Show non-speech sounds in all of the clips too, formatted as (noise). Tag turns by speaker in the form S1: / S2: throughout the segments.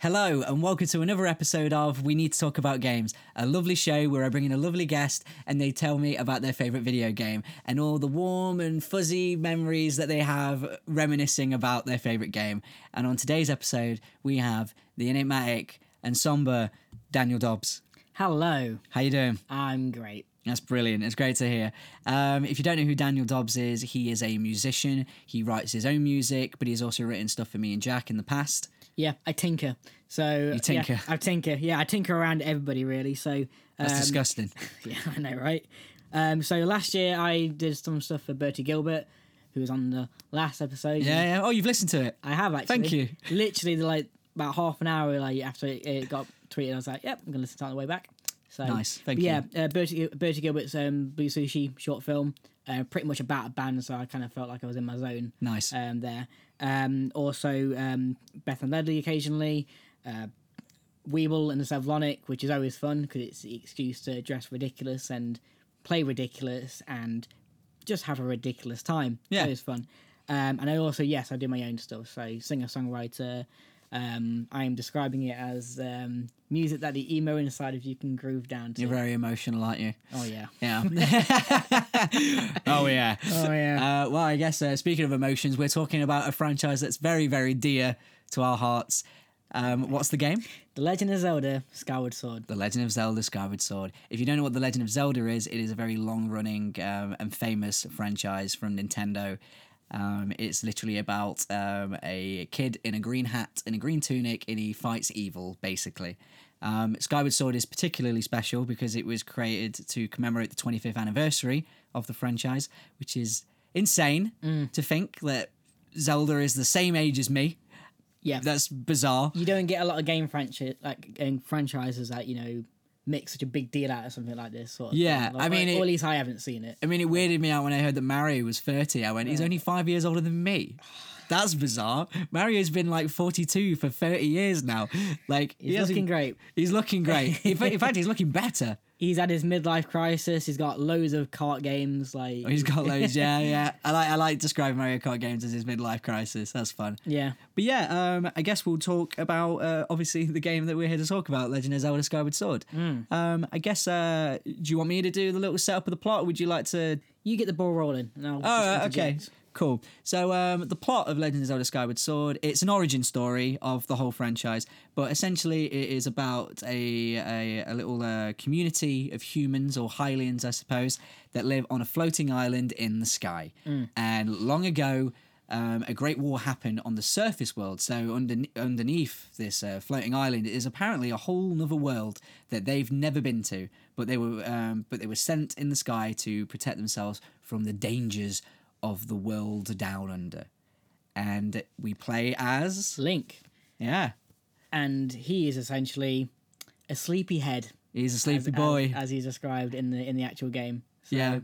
S1: Hello, and welcome to another episode of We Need to Talk About Games, a lovely show where I bring in a lovely guest and they tell me about their favourite video game and all the warm and fuzzy memories that they have reminiscing about their favourite game. And on today's episode, we have the enigmatic and somber Daniel Dobbs.
S2: Hello,
S1: How you doing?
S2: I'm great.
S1: That's brilliant. It's great to hear. Um, if you don't know who Daniel Dobbs is, he is a musician. He writes his own music, but he's also written stuff for me and Jack in the past.
S2: Yeah, I tinker. So you
S1: tinker.
S2: I tinker. Yeah, I tinker around everybody really. So
S1: That's
S2: um,
S1: disgusting.
S2: yeah, (laughs) I know, right? Um, so last year I did some stuff for Bertie Gilbert, who was on the last episode.
S1: Yeah, yeah. Oh, you've listened to it.
S2: I have actually.
S1: Thank you.
S2: (laughs) Literally, the, like about half an hour like after it, it got tweeted, I was like, "Yep, I'm gonna listen to it on the way back." So
S1: Nice. Thank
S2: but yeah, uh, Bertie, Bertie Gilbert's um, Blue Sushi short film, uh, pretty much about a band, so I kind of felt like I was in my zone.
S1: Nice.
S2: um, there. Um, also, um, Beth and Ledley occasionally, uh, Weeble and the Savlonic, which is always fun because it's the excuse to dress ridiculous and play ridiculous and just have a ridiculous time.
S1: Yeah.
S2: Always fun. Um, and I also, yes, I do my own stuff. So, singer songwriter. Um, I am describing it as um, music that the emo inside of you can groove down to.
S1: You're very emotional, aren't (laughs) you?
S2: Oh, yeah.
S1: Yeah. oh yeah.
S2: Oh, yeah.
S1: Uh, well, I guess uh, speaking of emotions, we're talking about a franchise that's very, very dear to our hearts. Um, what's the game?
S2: the Legend of Zelda Skyward Sword.
S1: The Legend of Zelda: Skyward Sword. If you don't know what The Legend of Zelda is, it is a very long-running um, and famous franchise from Nintendo. Um, it's literally about um, a kid in a green hat in a green tunic, and he fights evil, basically. Um, Skyward Sword is particularly special because it was created to commemorate the 25th anniversary of the franchise, which is insane to think that Zelda is the same age as me.
S2: Yeah.
S1: That's bizarre.
S2: you don't get a lot of game franchise like game franchises that you know make such a big deal out of something like this. Sort of
S1: Yeah,
S2: thing. Like,
S1: I mean,
S2: or,
S1: it-
S2: at least I haven't seen it.
S1: I mean, it weirded me out when I heard that Mario was 30. I went, he's only five years older than me. That's bizarre. Mario's been like 42 for 30 years now. Like,
S2: He's looking great.
S1: He's looking
S2: (laughs)
S1: great. In fa- in fact, he's looking better.
S2: He's had his midlife crisis. He's got loads of cart games. Like
S1: Oh, He's got loads. Yeah, yeah. I like, I like describing Mario Kart games as his midlife crisis. That's fun.
S2: yeah,
S1: But yeah, um, I guess we'll talk about uh, obviously the game that we're here to talk about, Legend of Zelda: Skyward Sword.
S2: Mm.
S1: Um, I guess. Uh, do you want me to do the little setup of the plot? Or would you like to
S2: you get the ball rolling. And I'll
S1: Oh,
S2: just
S1: right, okay.
S2: interject.
S1: Cool. So, um, the plot of Legend of Zelda Skyward Sword, it's an origin story of the whole franchise, but essentially it is about a, a, a little uh, community of humans, or Hylians, I suppose, that live on a floating island in the sky. And long ago, um, a great war happened on the surface world. So under, underneath this uh, floating island is apparently a whole other world that they've never been to, but they were um, but they were sent in the sky to protect themselves from the dangers of the world down under. And we play as
S2: Link,
S1: yeah,
S2: and he is essentially a sleepyhead
S1: he's a sleepy
S2: as-
S1: boy.
S2: as, uh, he's described in the in the actual game. So,
S1: yeah,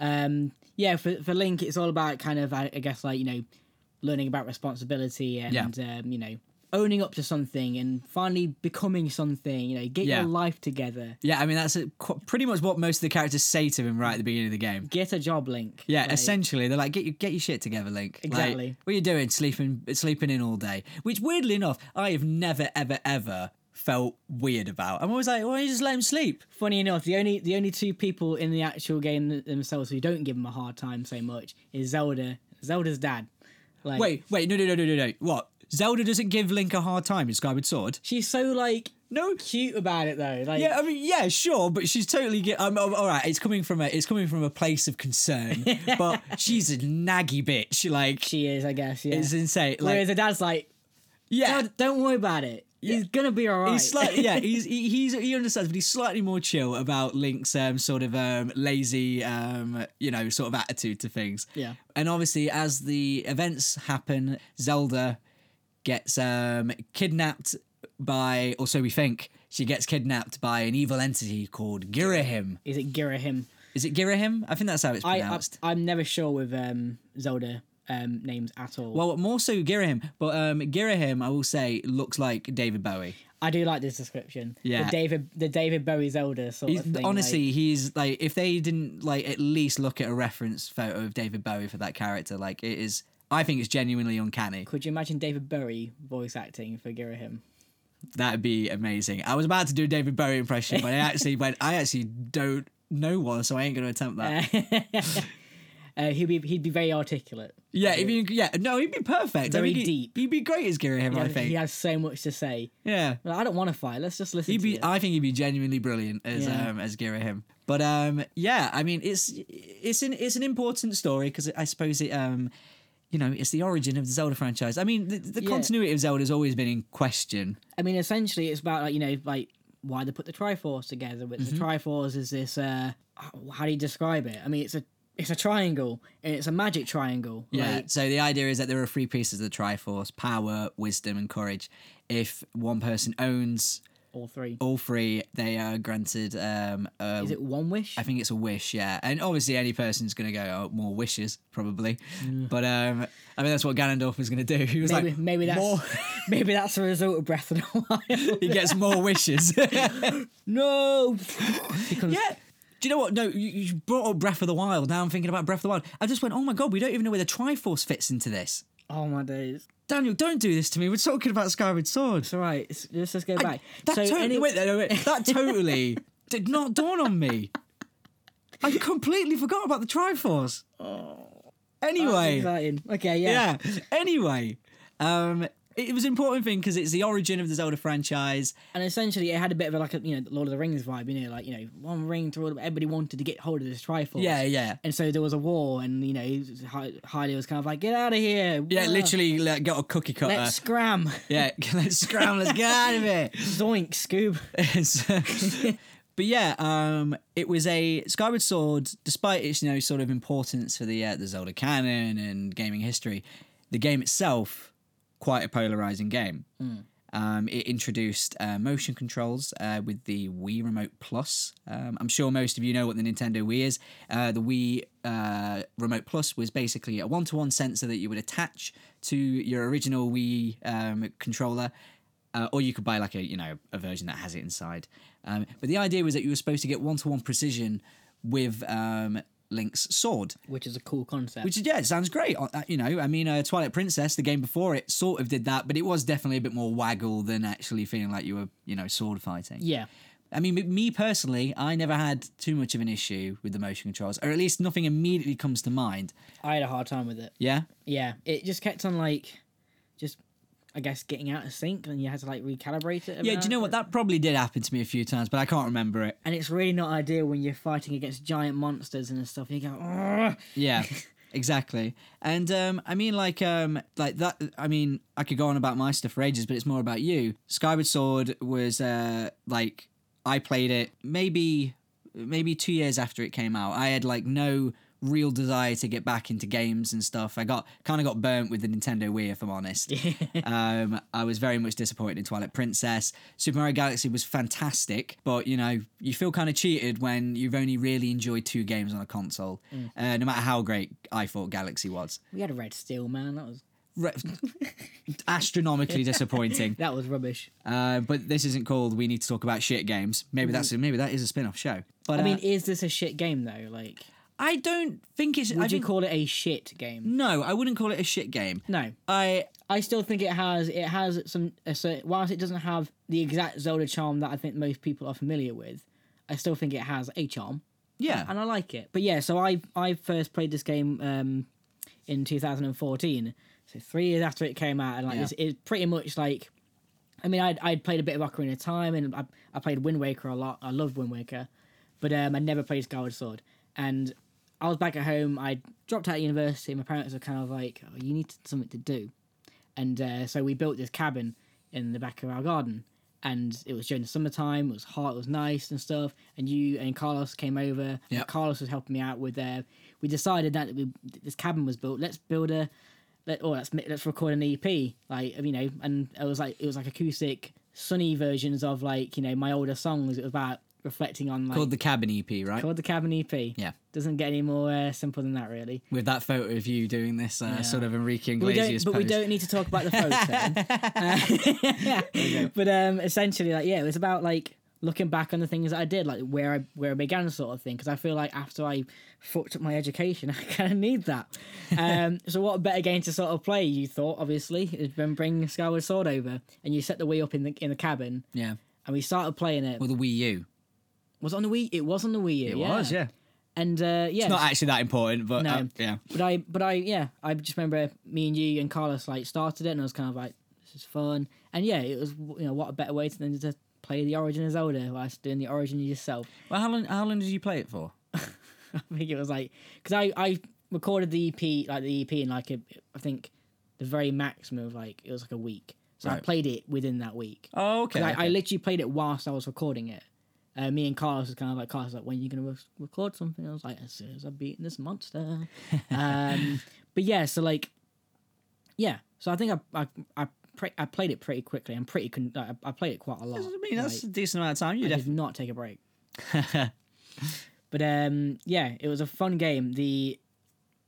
S2: um, yeah. For for Link, it's all about kind of I, I guess like you know learning about responsibility and um, you know owning up to something and finally becoming something. You know, get
S1: Yeah.
S2: your life together,
S1: yeah. I mean, that's a, qu- pretty much what most of the characters say to him right at the beginning of the game.
S2: get a job, Link.
S1: Yeah,
S2: Like,
S1: essentially, they're like, get your get your shit together, Link. Like,
S2: Exactly.
S1: what are you doing? Sleeping sleeping in all day. Which weirdly enough, I have never ever ever felt weird about. I'm always like, why don't you just let him sleep?
S2: Funny enough, the only the only two people in the actual game th- themselves who don't give him a hard time so much is Zelda, Zelda's dad. Like,
S1: Wait, wait, no, no, no, no, no, no. What? Zelda doesn't give Link a hard time in Skyward Sword.
S2: she's so like
S1: No.
S2: cute about it though. Like,
S1: Yeah, I mean, yeah, sure, but she's totally. Get, I'm, I'm- all right, it's coming from a it's coming from a place of concern,
S2: (laughs)
S1: but she's a naggy bitch. Like
S2: she is, I guess. Yeah.
S1: it's insane. Like
S2: Whereas the dad's like,
S1: yeah,
S2: Dad, don't worry about it. He's gonna be alright.
S1: He's slightly, yeah, he's he, he's he understands, but he's slightly more chill about Link's um, sort of um, lazy, um, you know, sort of attitude to things.
S2: Yeah.
S1: And obviously, as the events happen, Zelda gets um, kidnapped by, or so we think, she gets kidnapped by an evil entity called Girahim.
S2: (laughs) is it Girahim?
S1: Is it Girahim? I think that's how it's
S2: I, I
S1: pronounced.
S2: I'm never sure with um Zelda um names at all.
S1: well, more so Girahim, but um, Girahim, I will say, looks like David Bowie.
S2: I do like this description.
S1: Yeah.
S2: the David the David Bowie Zelda sort
S1: He's,
S2: of thing.
S1: honestly,
S2: like-
S1: he's like if they didn't like at least look at a reference photo of David Bowie for that character, like it is. I think it's genuinely uncanny.
S2: could you imagine David Bowie voice acting for Girahim? (laughs)
S1: That'd be amazing. I was about to do a David Bowie impression,
S2: (laughs)
S1: but I actually went. I actually don't know one, so I ain't going to attempt that. (laughs)
S2: Uh, he'd be he'd be very articulate.
S1: yeah, if you, yeah, no, he'd be perfect. I
S2: Very
S1: mean, he-
S2: deep.
S1: He'd be great as Gary Him, I
S2: He has-
S1: think.
S2: He
S1: Yeah,
S2: has so much to say. Well, I don't want to fight. Let's just listen.
S1: he'd
S2: to
S1: be.
S2: it.
S1: I think he'd be genuinely brilliant as
S2: Yeah.
S1: um, as Gary Him. But um, yeah, I mean, it's it's an it's an important story because I suppose it um, you know, it's the origin of the Zelda franchise. I mean, the, the
S2: Yeah.
S1: continuity of Zelda has always been in question.
S2: I mean, essentially, it's about like you know, like why they put the Triforce together. But
S1: Mm-hmm.
S2: the Triforce is this. Uh, h- how do you describe it? I mean, it's a it's a triangle, and it's a magic triangle.
S1: Yeah.
S2: Like,
S1: so the idea is that there are three pieces of the Triforce: power, wisdom, and courage. If one person owns
S2: all three.
S1: all three, they are granted. Um, a,
S2: Is it one wish?
S1: I think it's a wish. Yeah, and obviously any person's going to go oh, more wishes probably. But um, I mean that's what Ganondorf was going to do. (laughs) He was
S2: Mm. Maybe,
S1: like,
S2: maybe that's
S1: more.
S2: (laughs) maybe that's a result of Breath of the
S1: he
S2: Wild.
S1: gets more wishes. (laughs) yeah.
S2: (laughs) no, becomes
S1: Do you know what? No, you, you brought up Breath of the Wild. Now I'm thinking about Breath of the Wild. I just went, oh my god, we don't even know where the Triforce fits into this.
S2: oh my days.
S1: Daniel, don't do this to me. We're talking about Skyward Sword.
S2: It's all right. It's- Let's just go back.
S1: That totally
S2: any-
S1: wait, no, wait, that totally (laughs) did not dawn on me. I completely forgot about the Triforce.
S2: Oh.
S1: Anyway,
S2: Exciting. Okay, yeah.
S1: (laughs) yeah. Anyway, um, it was an important thing because it's the origin of the Zelda franchise.
S2: And essentially, it had a bit of a, like a you know Lord of the Rings vibe, you know, like you know one ring to all. Everybody wanted to get hold of this Triforce.
S1: Yeah, yeah.
S2: And so there was a war, and you know, Hy- Hylia was kind of like, "Get out of here!"
S1: Yeah,
S2: Wah.
S1: literally like, got a cookie cutter.
S2: Let's scram, (laughs)
S1: yeah, (laughs) let's scramble, let's get out of it.
S2: zoink, Scoob.
S1: So- (laughs) but yeah, um, it was a Skyward Sword. Despite its you know sort of importance for the uh, the Zelda canon and gaming history, the game itself quite a polarizing game. Um, it introduced uh, motion controls uh, with the Wii Remote Plus. Um, I'm sure most of you know what the Nintendo Wii is. Uh, the Wii uh, Remote Plus was basically a one-to-one sensor that you would attach to your original Wii um, controller uh, or you could buy like a you know a version that has it inside. Um, but the idea was that you were supposed to get one to one precision with um, Link's sword,
S2: Which is a cool concept.
S1: which is yeah, it sounds great. Uh, you know, I mean, uh, Twilight Princess, the game before it, sort of did that, but it was definitely a bit more waggle than actually feeling like you were you know sword fighting.
S2: yeah,
S1: I mean, m- me personally, I never had too much of an issue with the motion controls, or at least nothing immediately comes to mind.
S2: I had a hard time with it.
S1: Yeah,
S2: Yeah, it just kept on like, just I guess getting out of sync, and you had to like recalibrate it.
S1: yeah. Do you know what? That probably did happen to me a few times, but I can't remember it.
S2: And it's really not ideal when you're fighting against giant monsters and stuff. And you go, "Argh."
S1: Yeah, exactly. And um, I mean, like, um, like that. I mean, I could go on about my stuff for ages, but it's more about you. Skyward Sword was uh, like I played it maybe maybe two years after it came out. I had like no real desire to get back into games and stuff. I got kind of got burnt with the Nintendo Wii, if I'm (laughs) honest. um, I was very much disappointed in Twilight Princess. Super Mario Galaxy was fantastic, but you know you feel kind of cheated when you've only really enjoyed two games on a console, uh, no matter how great I thought Galaxy was.
S2: we had a red steel man. That was
S1: (laughs) Re- astronomically disappointing.
S2: that was rubbish.
S1: Uh, but this isn't called "We Need to Talk About Shit Games." Maybe that's maybe that is a spin-off show. But
S2: I mean,
S1: uh,
S2: is this a shit game though? Like,
S1: I don't think it's.
S2: would
S1: I
S2: you
S1: think,
S2: call it a shit game?
S1: no, I wouldn't call it a shit game.
S2: No,
S1: I
S2: I still think it has it has some. A certain, whilst it doesn't have the exact Zelda charm that I think most people are familiar with, I still think it has a charm,
S1: yeah
S2: and I like it. But yeah, so I I first played this game um, in 2014, so three years after it came out, and like
S1: Yeah.
S2: this is pretty much like. I mean, I'd, I'd played a bit of Ocarina of Time, and I, I played Wind Waker a lot. I loved Wind Waker, but um, I never played Skyward Sword. And I was back at home. I dropped out of university. My parents were kind of like, oh, "You need something to do." and uh, so we built this cabin in the back of our garden and it was during the summertime it was hot it was nice and stuff and you and carlos came over and
S1: Yep.
S2: carlos was helping me out with uh, we decided that we, this cabin was built let's build a let, or let's ma- let's record an ep like you know and it was like it was like acoustic sunny versions of like you know my older songs it was about reflecting on like
S1: called the Cabin EP, right?
S2: called the cabin ep
S1: Yeah.
S2: doesn't get any more uh, simple than that really
S1: With that photo of you doing this uh, sort of Enrique
S2: we don't,
S1: Iglesias
S2: but we
S1: pose.
S2: don't need
S1: (laughs)
S2: to (laughs) talk about the photo. Uh, but um, essentially, like, yeah, it was about like looking back on the things that I did, like where I where I began, sort of thing. Because I feel like after I fucked up my education, (laughs) I kind of need that.
S1: (laughs)
S2: um, so what better game to sort of play? You thought obviously is when bring Skyward Sword over, and you set the Wii up in the in the cabin,
S1: Yeah.
S2: and we started playing it.
S1: Well, the Wii U.
S2: Was it on the Wii? It was on the Wii U.
S1: It was, yeah.
S2: And uh, yeah,
S1: It's not actually that important, but
S2: No.
S1: uh, yeah.
S2: But I, but I, yeah, I just remember me and you and Carlos like started it, and I was kind of like, this is fun, and yeah, it was you know what a better way to than to play the Origin of Zelda whilst doing the Origin yourself. (laughs)
S1: Well, how long? How long did you play it for?
S2: I think it was like because I I recorded the EP like the EP in like a, I think the very maximum of like it was like a week, so I
S1: Right.
S2: played it within that week.
S1: Oh, okay.
S2: 'Cause I, I
S1: okay.
S2: literally played it whilst I was recording it. Uh, me and Carlos was kind of like, Carlos was like, when are you going to re- record something? I was like, as soon as I've beaten
S1: (laughs)
S2: this monster. um, but yeah, so like, yeah. So I think I I I, pre- I played it pretty quickly. I'm pretty con- like, I, I played it quite a lot.
S1: I mean, that's a decent amount of time. You
S2: I
S1: definitely.
S2: did not take a break. But um, yeah, it was a fun game. The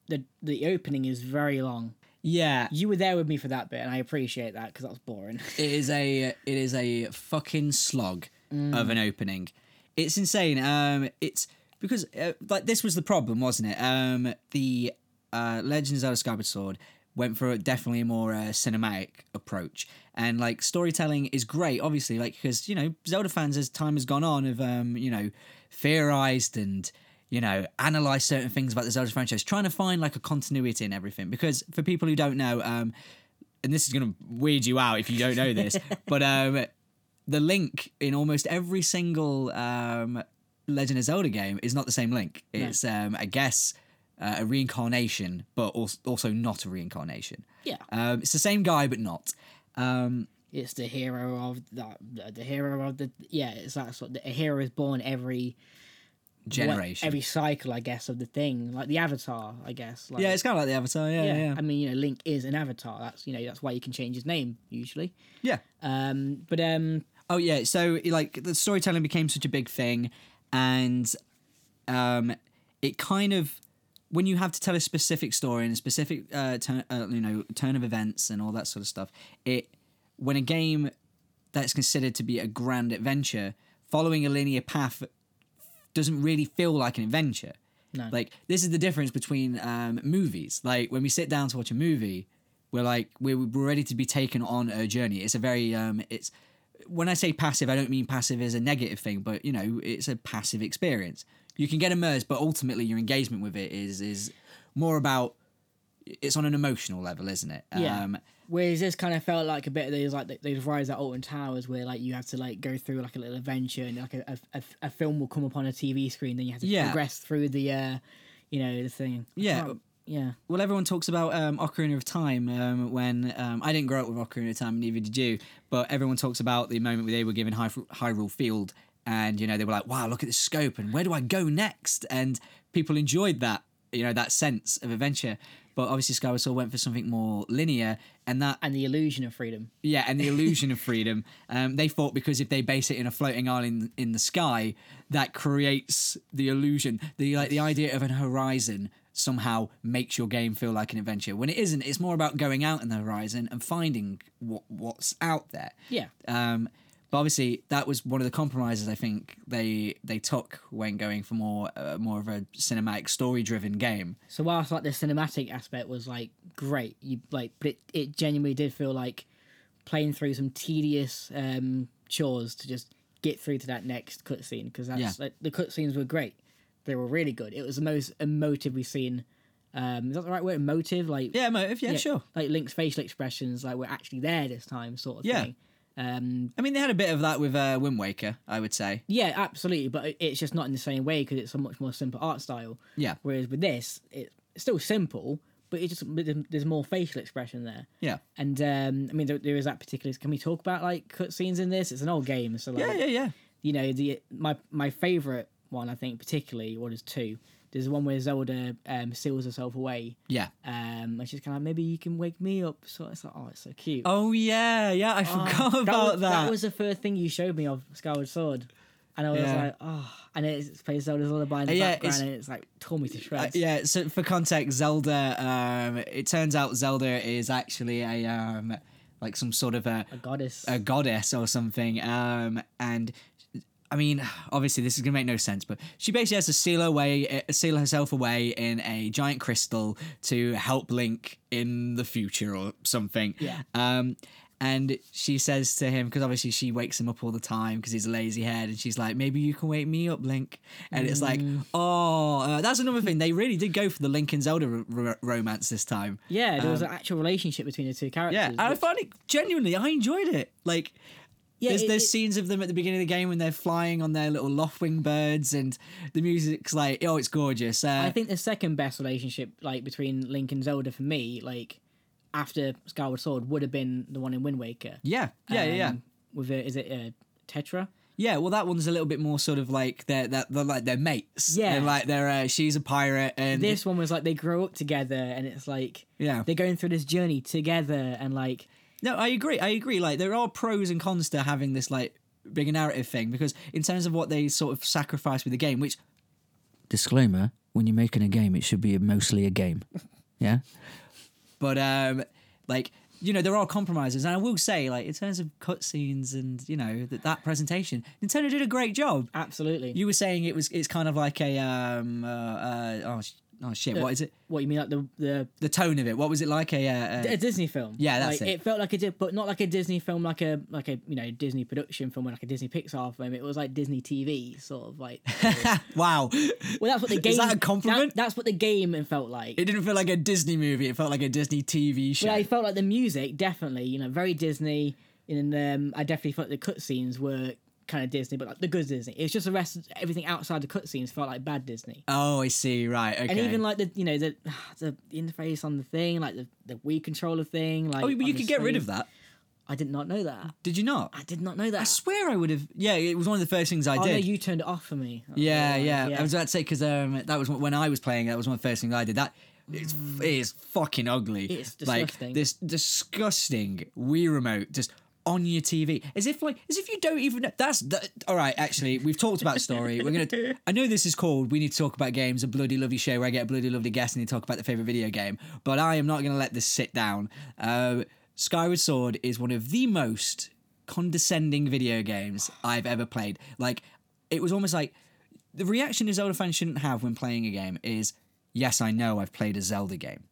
S2: the the opening is very long.
S1: (laughs) yeah,
S2: You were there with me for that bit, and I appreciate that because that was boring. (laughs)
S1: it is a it is a fucking slog of an opening. It's insane. Um, it's because uh, like this was the problem, wasn't it? Um, the uh, Legends of the Skyward Sword went for a, definitely a more uh, cinematic approach, and like storytelling is great, obviously, like because you know Zelda fans as time has gone on have um you know theorized and you know, analyze certain things about the Zelda franchise, trying to find like a continuity in everything. Because for people who don't know, um, and this is going to weird you out if you don't know
S2: (laughs)
S1: this, but um, the link in almost every single um, Legend of Zelda game is not the same link. It's, um, I guess, uh, a reincarnation, but als- also not a reincarnation.
S2: Yeah.
S1: Um, it's the same guy, but not. Um,
S2: it's the hero of that the, the hero of the yeah it's that sort the hero is born every what-
S1: generation.
S2: every cycle i guess of the thing like the avatar i guess like,
S1: yeah, it's kind of like the Avatar. Yeah, yeah,
S2: yeah.
S1: yeah.
S2: i mean you know link is an avatar that's you know that's why you can change his name usually
S1: yeah.
S2: um but um
S1: Oh yeah, so like the storytelling became such a big thing, and um, it kind of when you have to tell a specific story and a specific uh, turn, uh, you know turn of events and all that sort of stuff, it when a game that's considered to be a grand adventure following a linear path doesn't really feel like an adventure.
S2: No.
S1: Like this is the difference between um, movies. Like when we sit down to watch a movie, we're like we're, we're ready to be taken on a journey. It's a very um, it's when I say passive, I don't mean passive as a negative thing, but you know it's a passive experience. You can get immersed, but ultimately your engagement with it is is more about it's on an emotional level, isn't it?
S2: Yeah.
S1: Um,
S2: whereas this kind of felt like a bit of those like those rides at alton towers where like you have to like go through like a little adventure and like a, a, a, a film will come up on a tv screen then you have to
S1: Yeah.
S2: progress through the uh you know the thing I
S1: Yeah.
S2: can't- yeah
S1: well, everyone talks about um, Ocarina of Time um, when um, I didn't grow up with Ocarina of Time, neither did you. But everyone talks about the moment where they were given Hy- Hyrule Field, and you know they were like, "Wow, look at the scope, and where do I go next?" And people enjoyed that, you know, that sense of adventure. But obviously, Skyward Sword went for something more linear, and that
S2: and the illusion of freedom
S1: yeah, and (laughs) the illusion of freedom. Um, they thought because if they base it in a floating island in the sky, that creates the illusion. The like the idea of an horizon somehow makes your game feel like an adventure when it isn't. It's more about going out in the horizon and finding what what's out there.
S2: yeah
S1: Um, but obviously, that was one of the compromises I think they they took when going for more uh, more of a cinematic story driven game.
S2: So whilst like the cinematic aspect was like great, you like, but it, it genuinely did feel like playing through some tedious um, chores to just get through to that next cutscene because that's
S1: Yeah.
S2: like, the cutscenes were great. They were really good. It was the most emotively seen. Um, is that the right word? Emotive, like
S1: Yeah, motive. Yeah,
S2: yeah,
S1: sure.
S2: like Link's facial expressions, like we're actually there this time, sort of
S1: Yeah.
S2: thing. Um,
S1: I mean, they had a bit of that with uh, Wind Waker, I would say.
S2: yeah, absolutely, but it- it's just not in the same way because it's a much more simple art style.
S1: Yeah.
S2: Whereas with this, it, it's still simple, but it just but there- there's more facial expression there.
S1: Yeah.
S2: And um, I mean, there, there is that particular. Can we talk about like cutscenes in this? It's an old game, so like
S1: Yeah, yeah, yeah.
S2: you know the my my favorite one I think particularly what is two. There's the one where Zelda um, seals herself away,
S1: Yeah.
S2: um, and she's kind of maybe you can wake me up. So it's like oh, it's so cute.
S1: Oh yeah, yeah, I forgot about
S2: was,
S1: that.
S2: was the first thing you showed me of Skyward Sword, and I was
S1: Yeah.
S2: like oh, and it's plays Zelda's lullaby in the
S1: Yeah,
S2: background,
S1: it's-
S2: and it's like tore me to
S1: Uh,
S2: shreds.
S1: yeah, so for context, Zelda. Um, it turns out Zelda is actually a um, like some sort of a,
S2: Goddess.
S1: a goddess or something. Um, and I mean, obviously this is gonna make no sense, but she basically has to seal away, uh, seal herself away in a giant crystal to help Link in the future or something.
S2: Yeah.
S1: Um, and she says to him because obviously she wakes him up all the time because he's a lazy head, and she's like, maybe you can wake me up, Link. And it's like, oh, uh, that's another thing. They really did go for the Link and Zelda r- r- romance this time.
S2: Yeah, there was an actual relationship between the two characters.
S1: Um, Yeah, and I
S2: which-
S1: find it genuinely. I enjoyed it. Like,
S2: Yeah,
S1: there's
S2: it-
S1: there's
S2: it-
S1: scenes of them at the beginning of the game when they're flying on their little Loftwing birds, and the music's like, oh, it's gorgeous. Uh,
S2: I think the second best relationship, like between Link and Zelda, for me, like after Skyward Sword, would have been the one in Wind Waker.
S1: yeah, yeah, yeah, yeah.
S2: Um, With a, is it uh, Tetra?
S1: Yeah, well, that one's a little bit more sort of like they're they're, they're like they're mates.
S2: Yeah.
S1: They're like they're uh, she's a pirate and
S2: This one was like they grow up together, and it's like
S1: Yeah.
S2: they're going through this journey together, and like
S1: No, I agree. I agree. Like there are pros and cons to having this like bigger narrative thing because in terms of what they sort of sacrifice with the game, which disclaimer: when you're making a game, it should be mostly a game. (laughs) Yeah, but um, like you know, there are compromises, and I will say, like in terms of cutscenes and you know that that presentation, Nintendo did a great job.
S2: absolutely.
S1: You were saying it was it's kind of like a um uh, uh oh sh- oh shit what is it
S2: what you mean, like the the
S1: the tone of it what was it like a, uh, uh
S2: a Disney film?
S1: Yeah, that's
S2: like,
S1: it.
S2: it. felt like a Di- but not like a Disney film, like a like a you know Disney production film, or like a Disney Pixar film. It was like Disney TV, sort of like.
S1: (laughs) wow
S2: Well, that's what the
S1: (laughs)
S2: game.
S1: Is that a compliment?
S2: that- that's what the game felt like.
S1: It didn't feel like a Disney movie. It felt like a Disney TV show.
S2: But I felt like the music definitely, you know, very Disney, and um, I definitely felt the cutscenes were kind of Disney, but like the good Disney. It's just the rest, everything outside the cutscenes felt like bad Disney.
S1: oh, I see. Right. Okay.
S2: And even like the, you know, the (sighs) the interface on the thing, like the the Wii controller thing, like
S1: oh, but
S2: on
S1: you
S2: the
S1: could get rid of
S2: screen.
S1: that.
S2: I did not know that.
S1: Did you not?
S2: I did not know that.
S1: I swear I would have. Yeah, it was one of the first things I
S2: oh
S1: did.
S2: no, you turned it off for me.
S1: yeah,
S2: Oh,
S1: yeah, I was about to say because um, that was when I was playing. That was one of the first things I did. That it's it is fucking ugly.
S2: It's
S1: Like
S2: disgusting.
S1: this disgusting Wii remote just on your TV, as if like as if you don't even. Know. That's that, all right. Actually, we've talked about story. We're gonna. I know this is called. We need to talk about games. A bloody lovely show where I get a bloody lovely guest and they talk about their favorite video game. But I am not gonna let this sit down. Um, Skyward Sword is one of the most condescending video games I've ever played. Like it was almost like the reaction a Zelda fan shouldn't have when playing a game is, yes, I know I've played a Zelda game.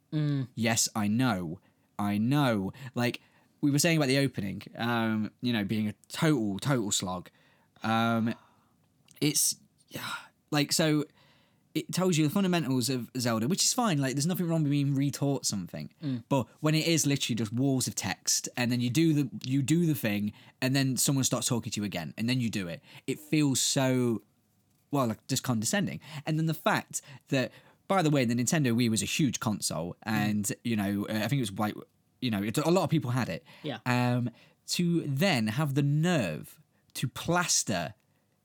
S1: Yes, I know. I know. Like we were saying about the opening, um, you know, being a total, total slog. Um, it's like so it tells you the fundamentals of Zelda, which is fine. Like, there's nothing wrong with being retaught something. But when it is literally just walls of text, and then you do the you do the thing, and then someone starts talking to you again, and then you do it, it feels so well, like just condescending. And then the fact that, by the way, the Nintendo Wii was a huge console, and you know, uh, I think it was like, you know, it, a lot of people had it.
S2: Yeah.
S1: Um, to then have the nerve to plaster